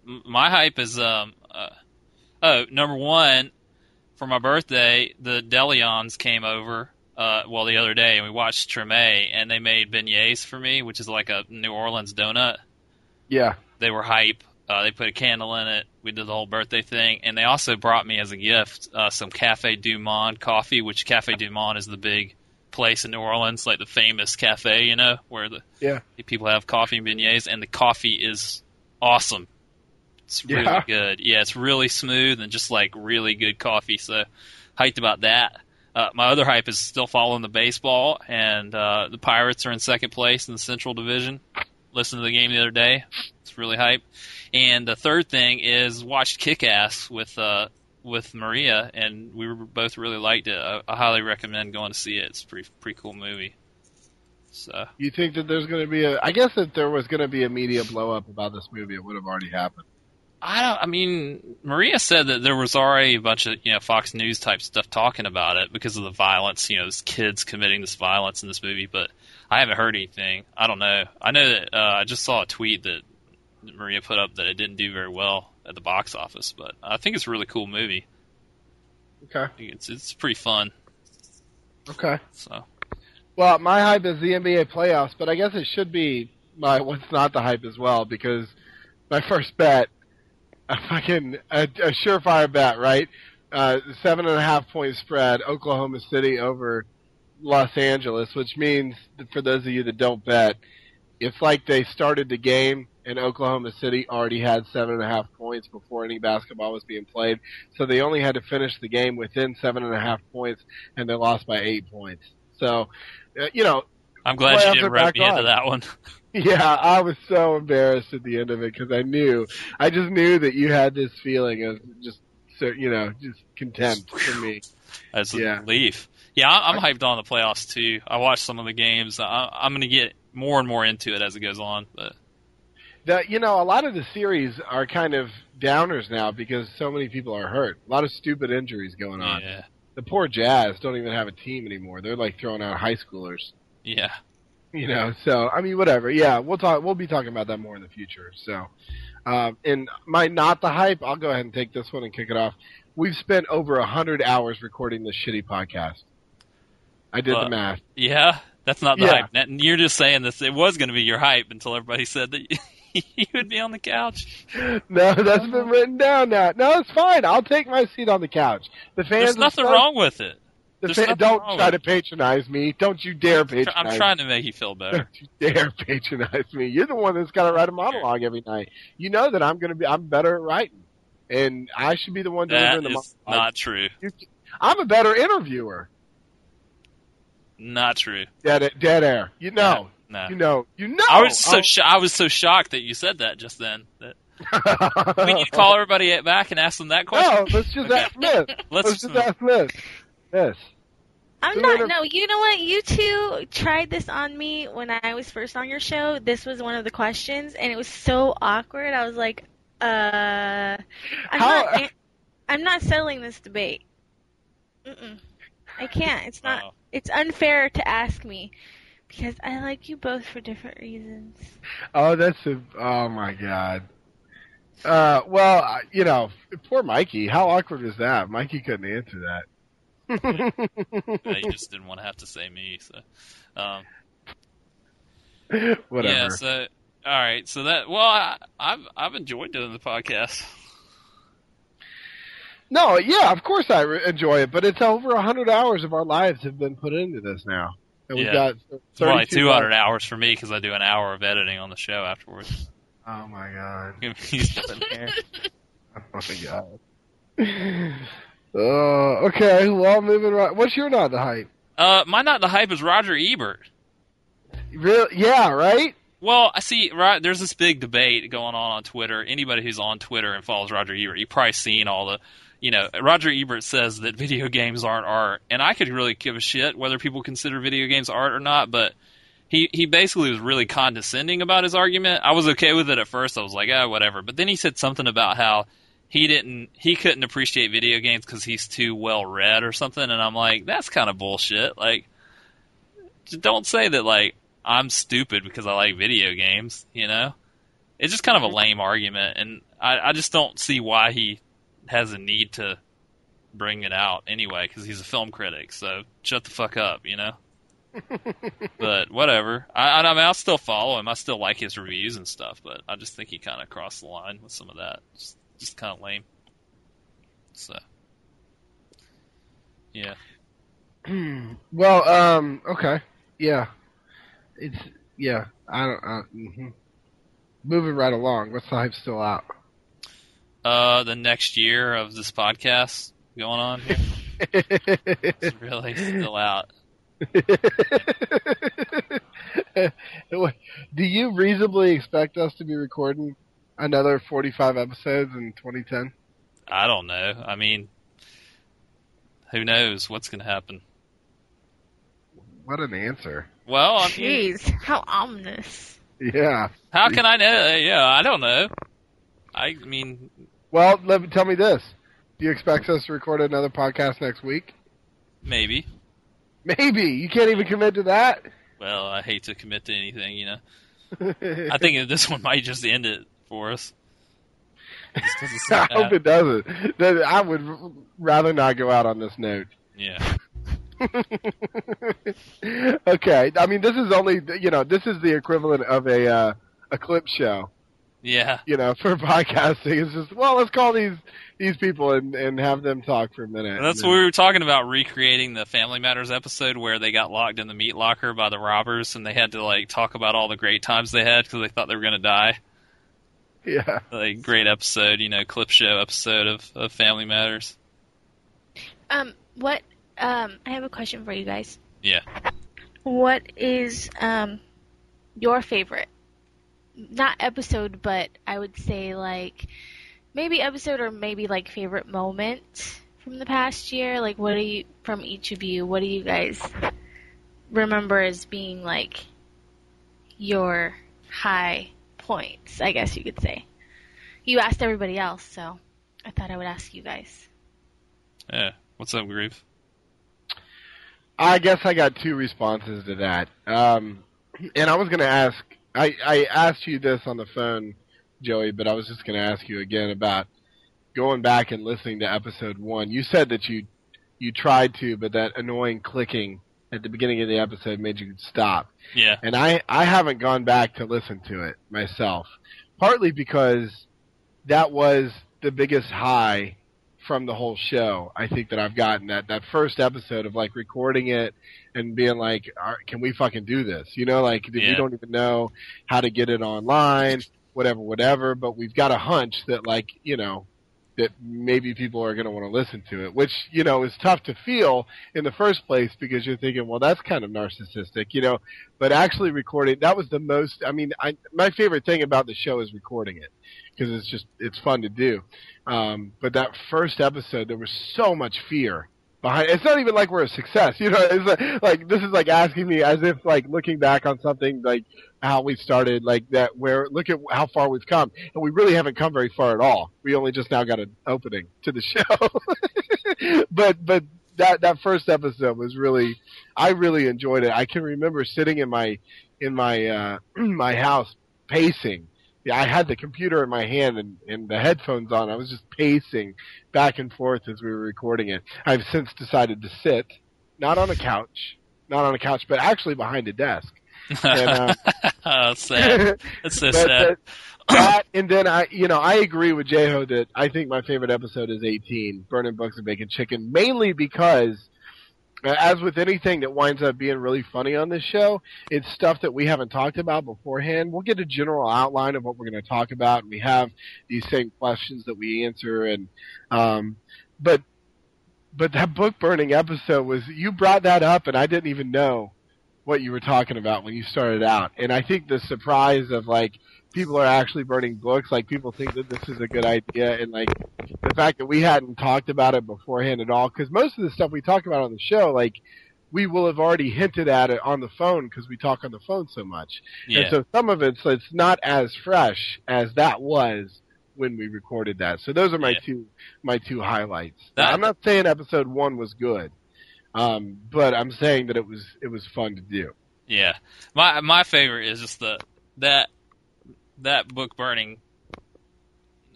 C: m- my hype is um, uh, oh, number one for my birthday, the Delions came over. Uh, well, the other day, and we watched Treme, and they made beignets for me, which is like a New Orleans donut.
B: Yeah,
C: They were hype. Uh, they put a candle in it. We did the whole birthday thing, and they also brought me as a gift uh, some Cafe Du Monde coffee, which Cafe Du Monde is the big place in New Orleans, like the famous cafe, you know, where the
B: yeah.
C: people have coffee and beignets, and the coffee is awesome. It's really
B: Yeah.
C: good. Yeah, it's really smooth and just like really good coffee. So hyped about that. Uh, my other hype is still following the baseball, and uh, the Pirates are in second place in the Central Division. Listened to the game the other day. It's really hype. And the third thing is watched Kick Ass with uh, with Maria, and we were both really liked it. I, I highly recommend going to see it. It's a pretty pretty cool movie. So
B: You think that there's going to be a? I guess if there was going to be a media blow up about this movie, it would have already happened.
C: I don't. I mean, Maria said that there was already a bunch of you know Fox News type stuff talking about it because of the violence. You know, this kids committing this violence in this movie, but I haven't heard anything. I don't know. I know that uh, I just saw a tweet that Maria put up that it didn't do very well at the box office, but I think it's a really cool movie.
B: Okay.
C: It's it's pretty fun.
B: Okay.
C: So
B: Well, my hype is the NBA playoffs, but I guess it should be my what's not the hype as well because my first bet, a fucking a, a surefire bet, right? Uh, seven and a half point spread, Oklahoma City over Los Angeles, which means that for those of you that don't bet, it's like they started the game and Oklahoma City already had seven and a half points before any basketball was being played, so they only had to finish the game within seven and a half points, and they lost by eight points. So, uh, you know,
C: I'm glad
B: playoffs
C: you
B: are
C: didn't rope
B: back
C: me into
B: on.
C: that one.
B: Yeah, I was so embarrassed at the end of it because I knew, I just knew that you had this feeling of just so you know, just contempt for me.
C: as a
B: Yeah.
C: relief. Yeah, I, I'm hyped on the playoffs too. I watched some of the games. I, I'm going to get more and more into it as it goes on. But
B: The, you know, a lot of the series are kind of downers now because so many people are hurt. A lot of stupid injuries going on.
C: yeah,
B: The poor Jazz don't even have a team anymore. They're like throwing out high schoolers.
C: yeah,
B: you know so i mean whatever yeah we'll talk we'll be talking about that more in the future so um and my not the hype i'll go ahead and take this one and kick it off we've spent over a hundred hours recording this shitty podcast i did
C: Uh,
B: the math
C: yeah. That's not the
B: Yeah.
C: hype. That- You're just saying this. It was going to be your hype until everybody said that you would be on the couch.
B: no that's been written down now no it's fine i'll take my seat on the couch the fans
C: There's
B: are
C: nothing
B: so-
C: wrong with it.
B: the
C: there's
B: fa-
C: nothing
B: don't
C: wrong
B: try
C: with
B: to patronize me don't you dare patronize
C: I'm
B: me.
C: trying to make you feel
B: Don't
C: better.
B: you dare patronize me. You're the one that's got to write a monologue every night. You know that I'm going to be. I'm better at writing, and I should be the one delivering
C: That
B: the
C: is
B: monologue.
C: not true.
B: I'm a better interviewer.
C: Not true.
B: Dead dead air. You know.
C: No.
B: You know. You know.
C: I was so
B: Oh.
C: sho- I was so shocked that you said that just then. That we need to call everybody back and ask them that question.
B: no, let's just ask Liz. Let's, just ask Liz. Yes.
D: I'm
B: Do
D: not.
B: it or-
D: No, you know what? You two tried this on me when I was first on your show. This was one of the questions, and it was so awkward. I was like, uh, I'm
B: How-
D: not. an- I'm not settling this debate. Mm-mm. I can't. It's not.
C: Wow.
D: It's unfair to ask me because I like you both for different reasons.
B: Oh, that's a. Oh my God. Uh, well, I- you know, poor Mikey. How awkward was that? Mikey couldn't answer that.
C: Uh, you just didn't want to have to say me. So, um,
B: Whatever.
C: Yeah. So, all right. So that well, I, I've I've enjoyed doing the podcast.
B: No, yeah, of course I re- enjoy it, but it's over a hundred hours of our lives have been put into this now, and we've
C: Yeah.
B: got
C: It's probably
B: 32
C: two hundred hours for me because I do an hour of editing on the show afterwards.
B: Oh my god! Oh my god! Uh, okay, well, moving right. What's your not the hype?
C: uh, my not the hype is Roger Ebert.
B: Real, yeah, right.
C: Well, I see. Right, there's this big debate going on on Twitter. Anybody who's on Twitter and follows Roger Ebert, you've probably seen all the, you know, Roger Ebert says that video games aren't art, and I could really give a shit whether people consider video games art or not. But he he basically was really condescending about his argument. I was okay with it at first. I was like, ah, whatever. But then he said something about how he didn't he couldn't appreciate video games because he's too well read or something. And I'm like, that's kind of bullshit. Like, just don't say that. Like, I'm stupid because I like video games. You know, it's just kind of a lame argument, and I I just don't see why he has a need to bring it out anyway because he's a film critic. So shut the fuck up. You know but whatever. I, I mean, I'll still follow him. I still like his reviews and stuff, but I just think he kind of crossed the line with some of that. Just, just kind of lame. So, yeah.
B: well, um, okay, yeah, it's uh, mm-hmm. yeah. I don't. I, mhm. Moving right along. What's the hype still out?
C: uh, the next year of this podcast going on here. it's really still out.
B: Do you reasonably expect us to be recording another 45 episodes in 2010?
C: I don't know. I mean, who knows what's going to happen?
B: What an answer.
C: Well, I mean,
D: Jeez, how ominous.
B: Yeah.
C: how can I know? Uh, Yeah, I don't know. I mean,
B: Well, let me tell me this. Do you expect us to record another podcast next week?
C: maybe.
B: Maybe. You can't even commit to that.
C: Well, I hate to commit to anything, you know. I think this one might just end it for us. This doesn't seem
B: I hope
C: bad.
B: it doesn't. That- I would r- rather not go out on this note.
C: Yeah.
B: okay, I mean this is only you know this is the equivalent of a uh, a clip show.
C: Yeah.
B: You know, for podcasting, it's just well, let's call these these people and and have them talk for a minute.
C: And that's
B: And
C: what we were talking about recreating the Family Matters episode where they got locked in the meat locker by the robbers and they had to like talk about all the great times they had because they thought they were going to die.
B: then- yeah.
C: Like great episode, you know, clip show episode of, of Family Matters.
D: Um, what? Um, I have a question for you guys.
C: Yeah.
D: What is um your favorite? Not episode, but I would say like maybe episode or maybe like favorite moment from the past year. Like, what are you from each of you? What do you guys remember as being like your high points? I guess you could say. You asked everybody else, so I thought I would ask you guys.
C: Yeah. What's up, Grief?
B: I guess I got two responses to that. Um, and I was going to ask, I, I asked you this on the phone, Joey, but I was just going to ask you again about going back and listening to episode one. You said that you you tried to, but that annoying clicking at the beginning of the episode made you stop.
C: Yeah.
B: And I, I haven't gone back to listen to it myself, partly because that was the biggest high from the whole show. I think that I've gotten that that first episode of like recording it and being like, "All right, "Can we fucking do this?" You know, like we
C: Yeah.
B: don't even know how to get it online, whatever, whatever. But we've got a hunch that like you know that maybe people are going to want to listen to it, which you know is tough to feel in the first place because you're thinking, well, that's kind of narcissistic, you know. But actually recording that was the most. I mean, I, my favorite thing about the show is recording it because it's just it's fun to do. Um, but that first episode, there was so much fear behind. It's not even like we're a success, you know. It's like, like this is like asking me as if like looking back on something like how we started, like that. Where look at how far we've come, and we really haven't come very far at all. We only just now got an opening to the show, but but. That, that first episode was really, I really enjoyed it. I can remember sitting in my, in my, uh, my house pacing yeah, I had the computer in my hand and, and the headphones on. I was just pacing back and forth as we were recording it. I've since decided to sit, not on a couch, not on a couch, but actually behind a desk. And, uh,
C: Oh, it's sad. It's so
B: but
C: sad.
B: that- that and then I, you know, I agree with Jeho that I think my favorite episode is 18, Burning Books and Bacon Chicken, mainly because, uh, as with anything that winds up being really funny on this show, it's stuff that we haven't talked about beforehand. We'll get a general outline of what we're going to talk about, and we have these same questions that we answer, and um, but but that book burning episode was you brought that up, and I didn't even know what you were talking about when you started out, and I think the surprise of like people are actually burning books. Like people think that this is a good idea, and like the fact that we hadn't talked about it beforehand at all. Because most of the stuff we talk about on the show, like we will have already hinted at it on the phone because we talk on the phone so much.
C: Yeah.
B: And so some of it's it's not as fresh as that was when we recorded that. So those are my
C: Yeah.
B: two my two highlights.
C: That-
B: I'm not saying episode one was good. Um, but I'm saying that it was it was fun to do.
C: Yeah, my my favorite is just the that that book burning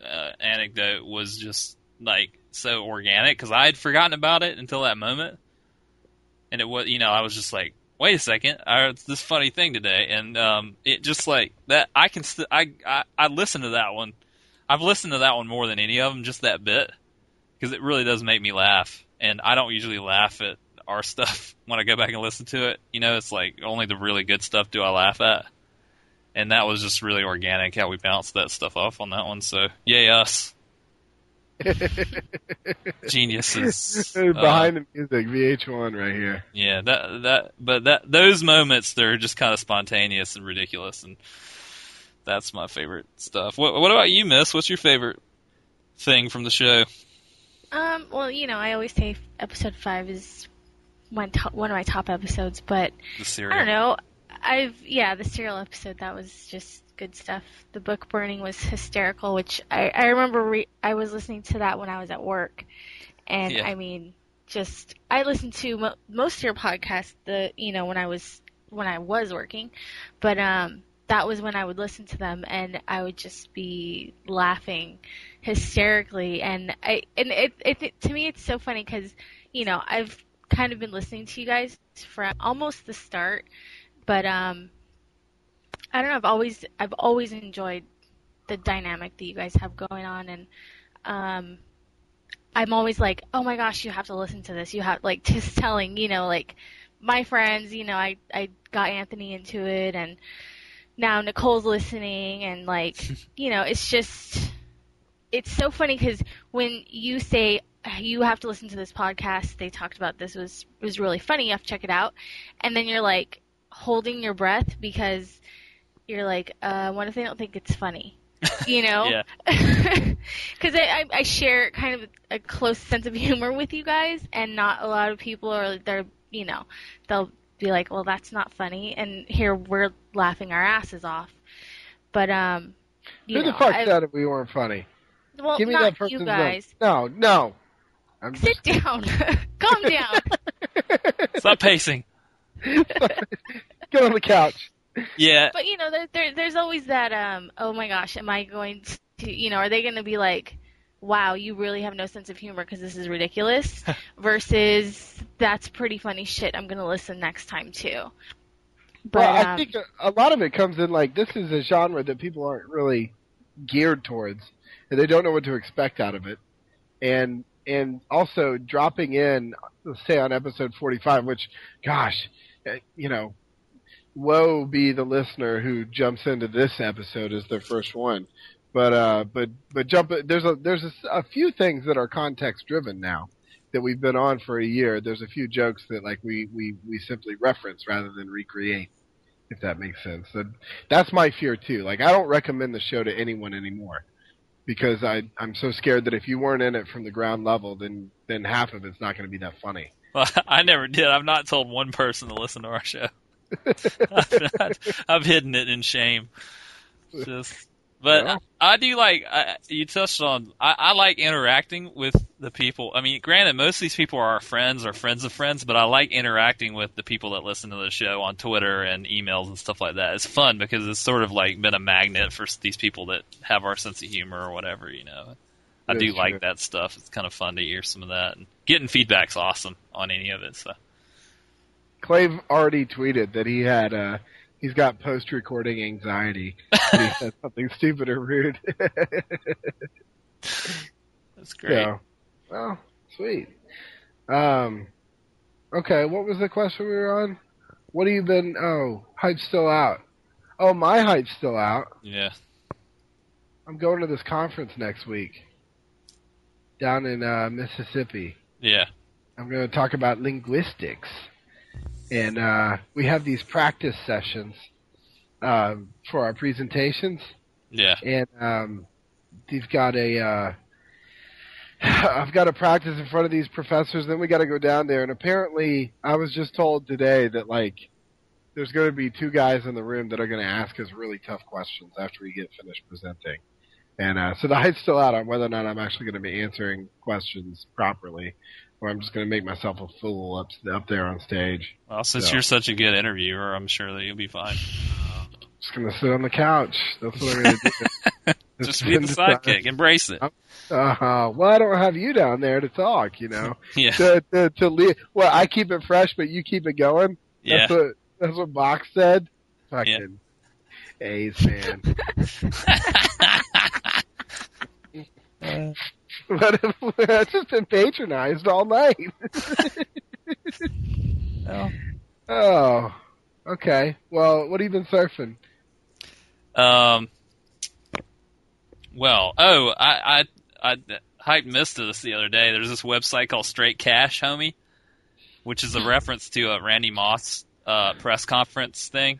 C: uh, anecdote was just like so organic because I had forgotten about it until that moment, and it was you know I was just like, wait a second, I, it's this funny thing today, and um, it just like that I can st- I, I I listened to that one, I've listened to that one more than any of them, just that bit because it really does make me laugh, and I don't usually laugh at our stuff when I go back and listen to it. You know, it's like only the really good stuff do I laugh at. And that was just really organic how we bounced that stuff off on that one. So yay us. Geniuses. Uh,
B: Behind the music, VH1 right here.
C: Yeah, that that but that those moments they're just kind of spontaneous and ridiculous, and that's my favorite stuff. What what about you, Miss? What's your favorite thing from the show?
D: Um, well, you know, I always say episode five is one to- one of my top episodes, but
C: The
D: I don't
C: cereal.
D: know. I've yeah, the serial episode that was just good stuff. The book burning was hysterical, which I I remember re- I was listening to that when I was at work, and
K: Yeah.
D: I mean, just I listened to mo- most of your podcast the you know when I was when I was working, but um that was when I would listen to them and I would just be laughing hysterically and I and it, it, it to me it's so funny because you know I've kind of been listening to you guys from almost the start but um I don't know I've always I've always enjoyed the dynamic that you guys have going on and um I'm always like oh my gosh you have to listen to this you have like just telling you know like my friends you know I I got Anthony into it and now Nicole's listening and like you know it's just it's so funny because when you say you have to listen to this podcast they talked about this was was really funny you have to check it out and then you're like holding your breath because you're like uh what if they don't think it's funny you know
K: Yeah.
D: because I, I i share kind of a close sense of humor with you guys and not a lot of people are they're you know they'll be like well that's not funny and here we're laughing our asses off but um you
B: Who the
D: know,
B: fuck
D: I-
B: said if we weren't funny?
D: well,
B: Give me
D: not
B: that person's
D: you
B: name.
D: guys.
B: No, no. I'm
D: Sit down. Calm down.
C: Stop pacing.
B: Get on the couch.
C: Yeah,
D: But you know, there, there, there's always that. Um. Oh my gosh, am I going to? You know, are they going to be like, "Wow, you really have no sense of humor because this is ridiculous," versus "That's pretty funny shit. I'm going to listen next time too." But
B: well, I
D: um,
B: think a- a lot of it comes in like this is a genre that people aren't really geared towards, and they don't know what to expect out of it, and and also dropping in, let's say on episode forty five, which, gosh, eh, you know, woe be the listener who jumps into this episode as their first one, but uh, but but jump there's a there's a, s- a few things that are context driven now. That we've been on for a year, there's a few jokes that like we, we, we simply reference rather than recreate if that makes sense. That, that's my fear too. Like I don't recommend the show to anyone anymore because I I'm so scared that if you weren't in it from the ground level, then then half of it's not going to be that funny.
C: Well, I never did. I've not told one person to listen to our show. I've, not- I've hidden it in shame. Just, but
K: Well.
C: I, I do like I, you touched on. I, I like interacting with the people. I mean, granted, most of these people are our friends or friends of friends, but I like interacting with the people that listen to the show on Twitter and emails and stuff like that. It's fun because it's sort of like been a magnet for s- these people that have our sense of humor or whatever. You know, I
K: That's
C: do like
K: true.
C: that stuff. It's kind of fun to hear some of that. And getting feedback's awesome on any of it. So.
B: Clave already tweeted that he had uh he's got post recording anxiety. and he said something stupid or rude.
C: That's great.
B: So, well, sweet. Um, okay, what was the question we were on? What have you been? Oh, hype's still out. Oh, my hype's still out.
C: Yeah.
B: I'm going to this conference next week down in uh, Mississippi.
C: Yeah.
B: I'm going to talk about linguistics. And uh, we have these practice sessions um, for our presentations.
C: Yeah.
B: And um, they've got a. Uh, I've got to practice in front of these professors, then we got to go down there. And apparently, I was just told today that, like, there's going to be two guys in the room that are going to ask us really tough questions after we get finished presenting. And uh, so the height's still out on whether or not I'm actually going to be answering questions properly, or I'm just going to make myself a fool up up there on stage.
C: Well, since
B: So.
C: you're such a good interviewer, I'm sure that you'll be fine.
B: Just going to sit on the couch. That's what I'm going to do.
C: Just be the sidekick. Embrace it.
B: Uh huh. Well, I don't have you down there to talk. You know.
C: Yeah.
B: To to, to leave. Well, I keep it fresh, but you keep it going. That's
K: Yeah.
B: what that's what Box said. Fucking A's man. But I've just been patronized all night.
C: oh.
B: Oh, okay. Well, what have you been surfing?
C: Um. Well, oh, I, I, I, Hype missed this the other day. There's this website called Straight Cash, homie, which is a reference to a Randy Moss uh, press conference thing.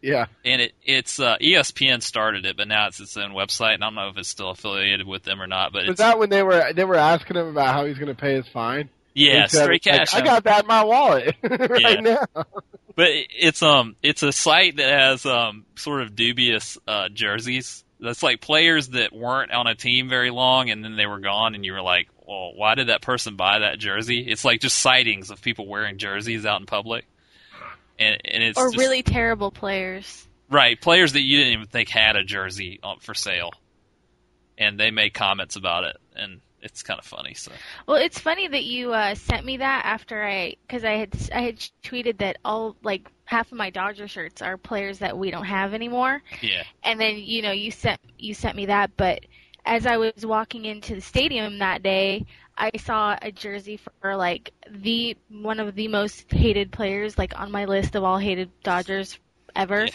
B: Yeah.
C: And it it's uh, ESPN started it, but now it's its own website, and I don't know if it's still affiliated with them or not. But
B: Was
C: it's,
B: that when they were they were asking him about how he's going to pay his fine?
C: yeah,
B: He said,
C: Straight
B: like,
C: Cash. um,
B: I got that in my wallet right now.
C: but it- it's um it's a site that has um sort of dubious uh jerseys that's like players that weren't on a team very long and then they were gone and you were like well why did that person buy that jersey it's like just sightings of people wearing jerseys out in public and and it's
D: or
C: just-
D: really terrible players.
C: right players that you didn't even think had a jersey on for sale and they make comments about it and it's kind of funny so
D: Well, it's funny that you uh, sent me that after I, because I had I had tweeted that all like half of my Dodger shirts are players that we don't have anymore,
C: yeah
D: and then you know you sent you sent me that. But as I was walking into the stadium that day, I saw a jersey for like the one of the most hated players like on my list of all hated Dodgers ever,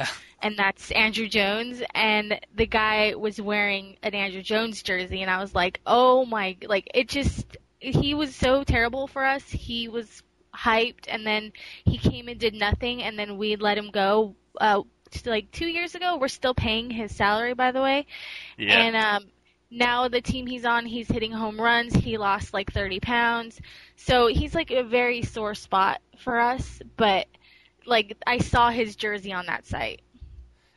D: and that's Andrew Jones. And the guy was wearing an Andrew Jones jersey, and I was like, oh my, like it just he was so terrible for us. He was hyped, and then he came and did nothing, and then we let him go. Uh, just, like two years ago, we're still paying his salary, by the way.
K: Yeah.
D: And um, now the team he's on, he's hitting home runs. He lost like 30 pounds, so he's like a very sore spot for us. But like, I saw his jersey on that site.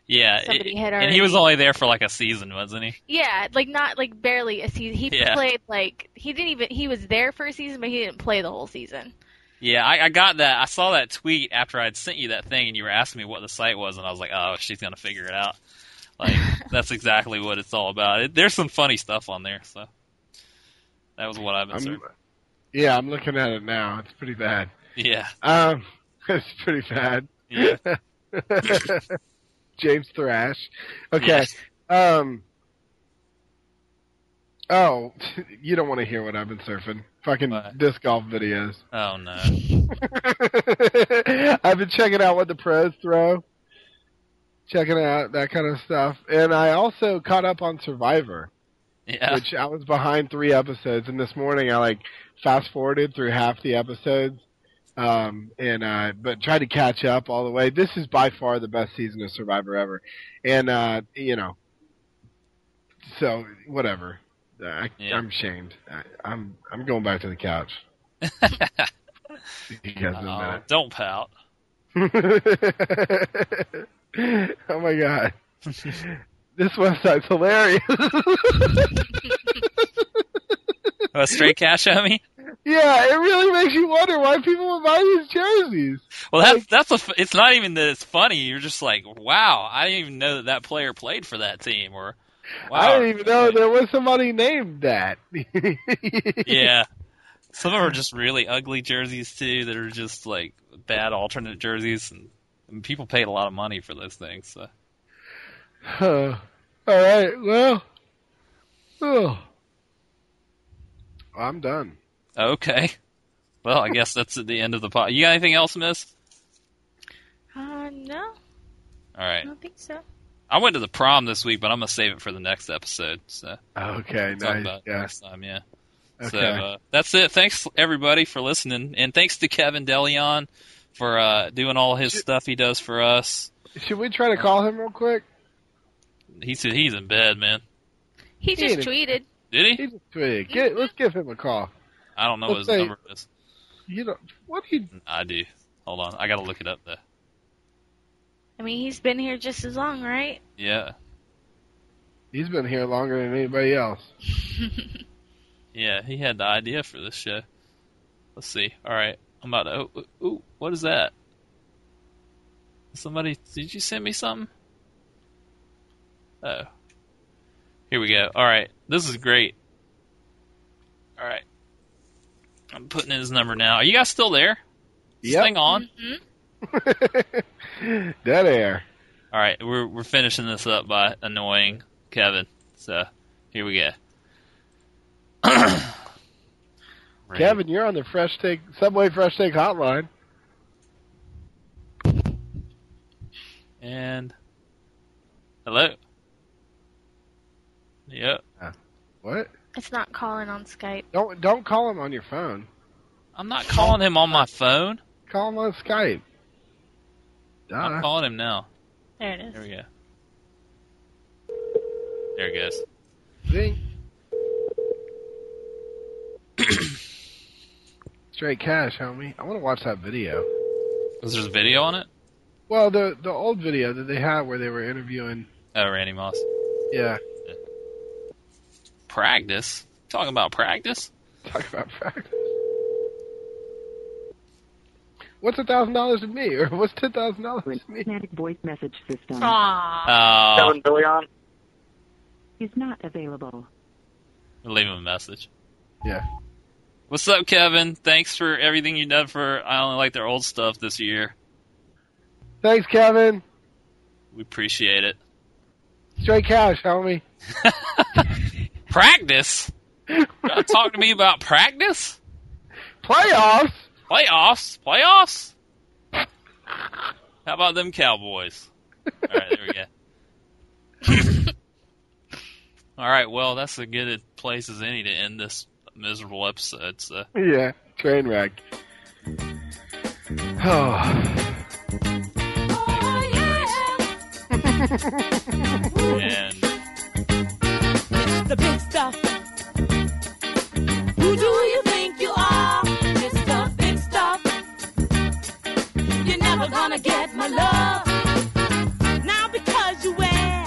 C: yeah it-
D: Somebody had
C: and Uh, he was
D: already-
C: only there for like a season wasn't he
D: Yeah, like not like barely a season. He
C: Yeah.
D: played like he didn't even he was there for a season, but he didn't play the whole season.
C: Yeah, I, I got that. I saw that tweet after I'd sent you that thing, and you were asking me what the site was, and I was like, "Oh, she's gonna figure it out." Like that's exactly what it's all about. It, there's some funny stuff on there, so that was what I've been.
B: I'm-
C: searching.
B: Yeah, I'm looking at it now. It's pretty bad.
C: Yeah,
B: Um, it's pretty bad.
C: Yeah.
B: James Thrash. Okay. Um. Oh, you don't want to hear what I've been surfing. Fucking disc golf videos.
C: Oh no.
B: I've been checking out what the pros throw, checking out that kind of stuff, and I also caught up on Survivor.
C: Yeah.
B: Which I was behind three episodes, and this morning I like fast forwarded through half the episodes, um, and uh, but tried to catch up all the way. This is by far the best season of Survivor ever, and uh, you know, so whatever. Uh, I, I'm ashamed. I, I'm I'm going back to the couch. See you guys in a
C: Oh,
B: minute.
C: don't pout.
B: oh my god. this website's hilarious.
C: Uh, straight cash at me.
B: yeah, it really makes you wonder why people would buy these jerseys.
C: Well, that's that's a. f- It's not even that it's funny. You're just like, wow, I didn't even know that that player played for that team, or
B: I
C: wow,
B: didn't even know there was somebody named that.
C: yeah. Some of them are just really ugly jerseys too that are just like bad alternate jerseys and, and people paid a lot of money for those things. So.
B: Huh. All right, well, oh, I'm done.
C: Okay. Well, I guess that's at the end of the pod. You got anything else, Miss?
D: Uh, no,
C: All right.
D: I don't think so.
C: I went to the prom this week, but I'm gonna save it for the next episode. So.
B: Okay.
C: We'll talk
B: nice,
C: about it
B: yeah.
C: next time. Yeah.
B: Okay.
C: So uh, that's it. Thanks everybody for listening, and thanks to Kevin Delion for uh, doing all his stuff he does for us.
B: Should we try to call him real quick?
C: He's he's in bed, man.
D: He just
B: He
D: tweeted.
C: Did he?
B: He just tweeted. Get, let's give him a call.
C: I don't know
B: Let's say-
C: what his number is.
B: You know what he?
C: I do. Hold on, I gotta look it up though.
D: I mean, he's been here just as long, right?
C: Yeah,
B: He's been here longer than anybody else.
C: yeah, he had the idea for this show. Let's see. All right, I'm about to. Oh, oh, ooh, what is that? Somebody, did you send me something? Oh, here we go. All right, this is great. All right, I'm putting in his number now. Are you guys still there? Yeah. Hang on.
D: Mm-hmm.
B: Dead air.
C: All right, we're we're finishing this up by annoying Kevin. So here we go.
B: Kevin, you're on the Fresh Take Subway Fresh Take Hotline.
C: And hello. Yep.
B: What?
D: It's not calling on Skype.
B: Don't don't call him on your phone.
C: I'm not calling him on my phone.
B: Call him on Skype.
C: I'm calling him now.
D: There it is.
C: There we go. There it goes.
B: Zing. Straight cash, homie. I want to watch that video.
C: Was there a video on it?
B: Well, the the old video that they had where they were interviewing.
C: Oh, Randy Moss.
B: Yeah,
C: Practice. Talking about practice.
B: talk about practice. What's a thousand dollars to me, or what's ten thousand dollars to me?
K: voice message system
C: Uh,
G: Telling Billy on.
K: is not available.
C: Leave him a message.
B: Yeah.
C: What's up, Kevin? Thanks for everything you've done for I only like their old stuff this year.
B: Thanks, Kevin.
C: We appreciate it.
B: Straight cash, homie.
C: Practice? You gotta talk to me about practice?
B: Playoffs.
C: Playoffs? Playoffs? How about them Cowboys? All right, there we go. All right, well, that's as good a place as any to end this miserable episode. So,
B: Yeah, train wreck. Oh,
C: and
L: the big stuff. Who do you think you are, Mr. Big Stuff? You're never gonna get my love. Now because you wear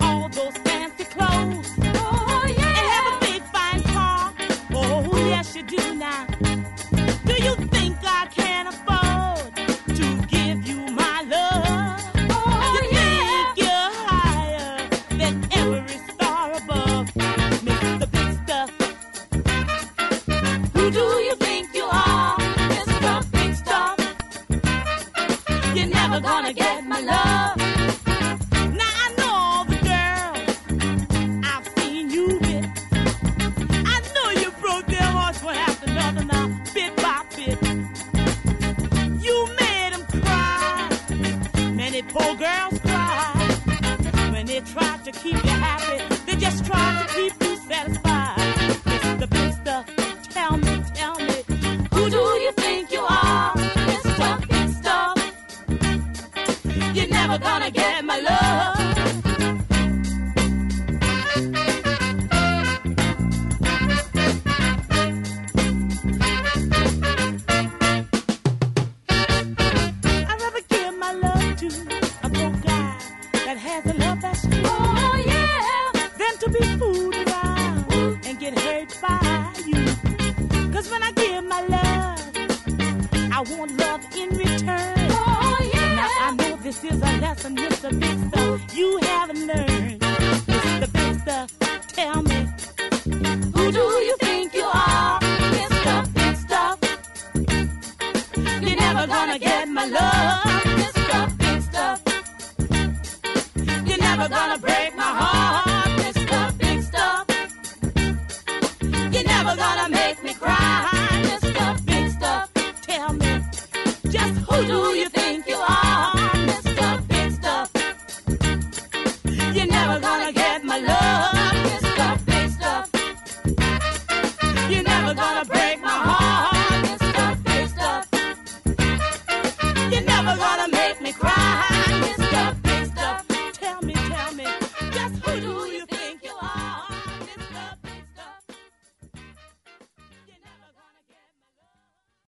L: all those fancy clothes. Oh, yeah. And have a big fine car. Oh, yes, you do now. Do you think I can afford to give you my love? Oh, you think you're higher than every star above. Mr. Big Stuff. Who do you think you are, Mr. Big Stuff? You're never gonna get my love. Now I know all the girls I've seen you with. I know you broke their hearts one after another now, bit by bit. You made 'em cry. Many poor girls cry when they try to keep you happy. They just try to keep you satisfied. It's the big stuff. Tell me, tell me, who do you think you are? Mr. Big Stuff. You're never gonna get my love. I'd rather give my love to a broke guy that has a love that's true. Oh, yeah. Than to be fooled around and get hurt by you. Cause when I give my love, I want love in return. Oh, yeah. Now I know this is a lesson, Mr. Big Stuff. You haven't learned. Mr. Big Stuff, tell me. Who do you think you are, Mr. Big Stuff? You're never gonna get my love. Mr. Big Stuff. You're never gonna break my heart. Mr. Big Stuff. You're never gonna make me cry. Mr. Big Stuff. Tell me just who do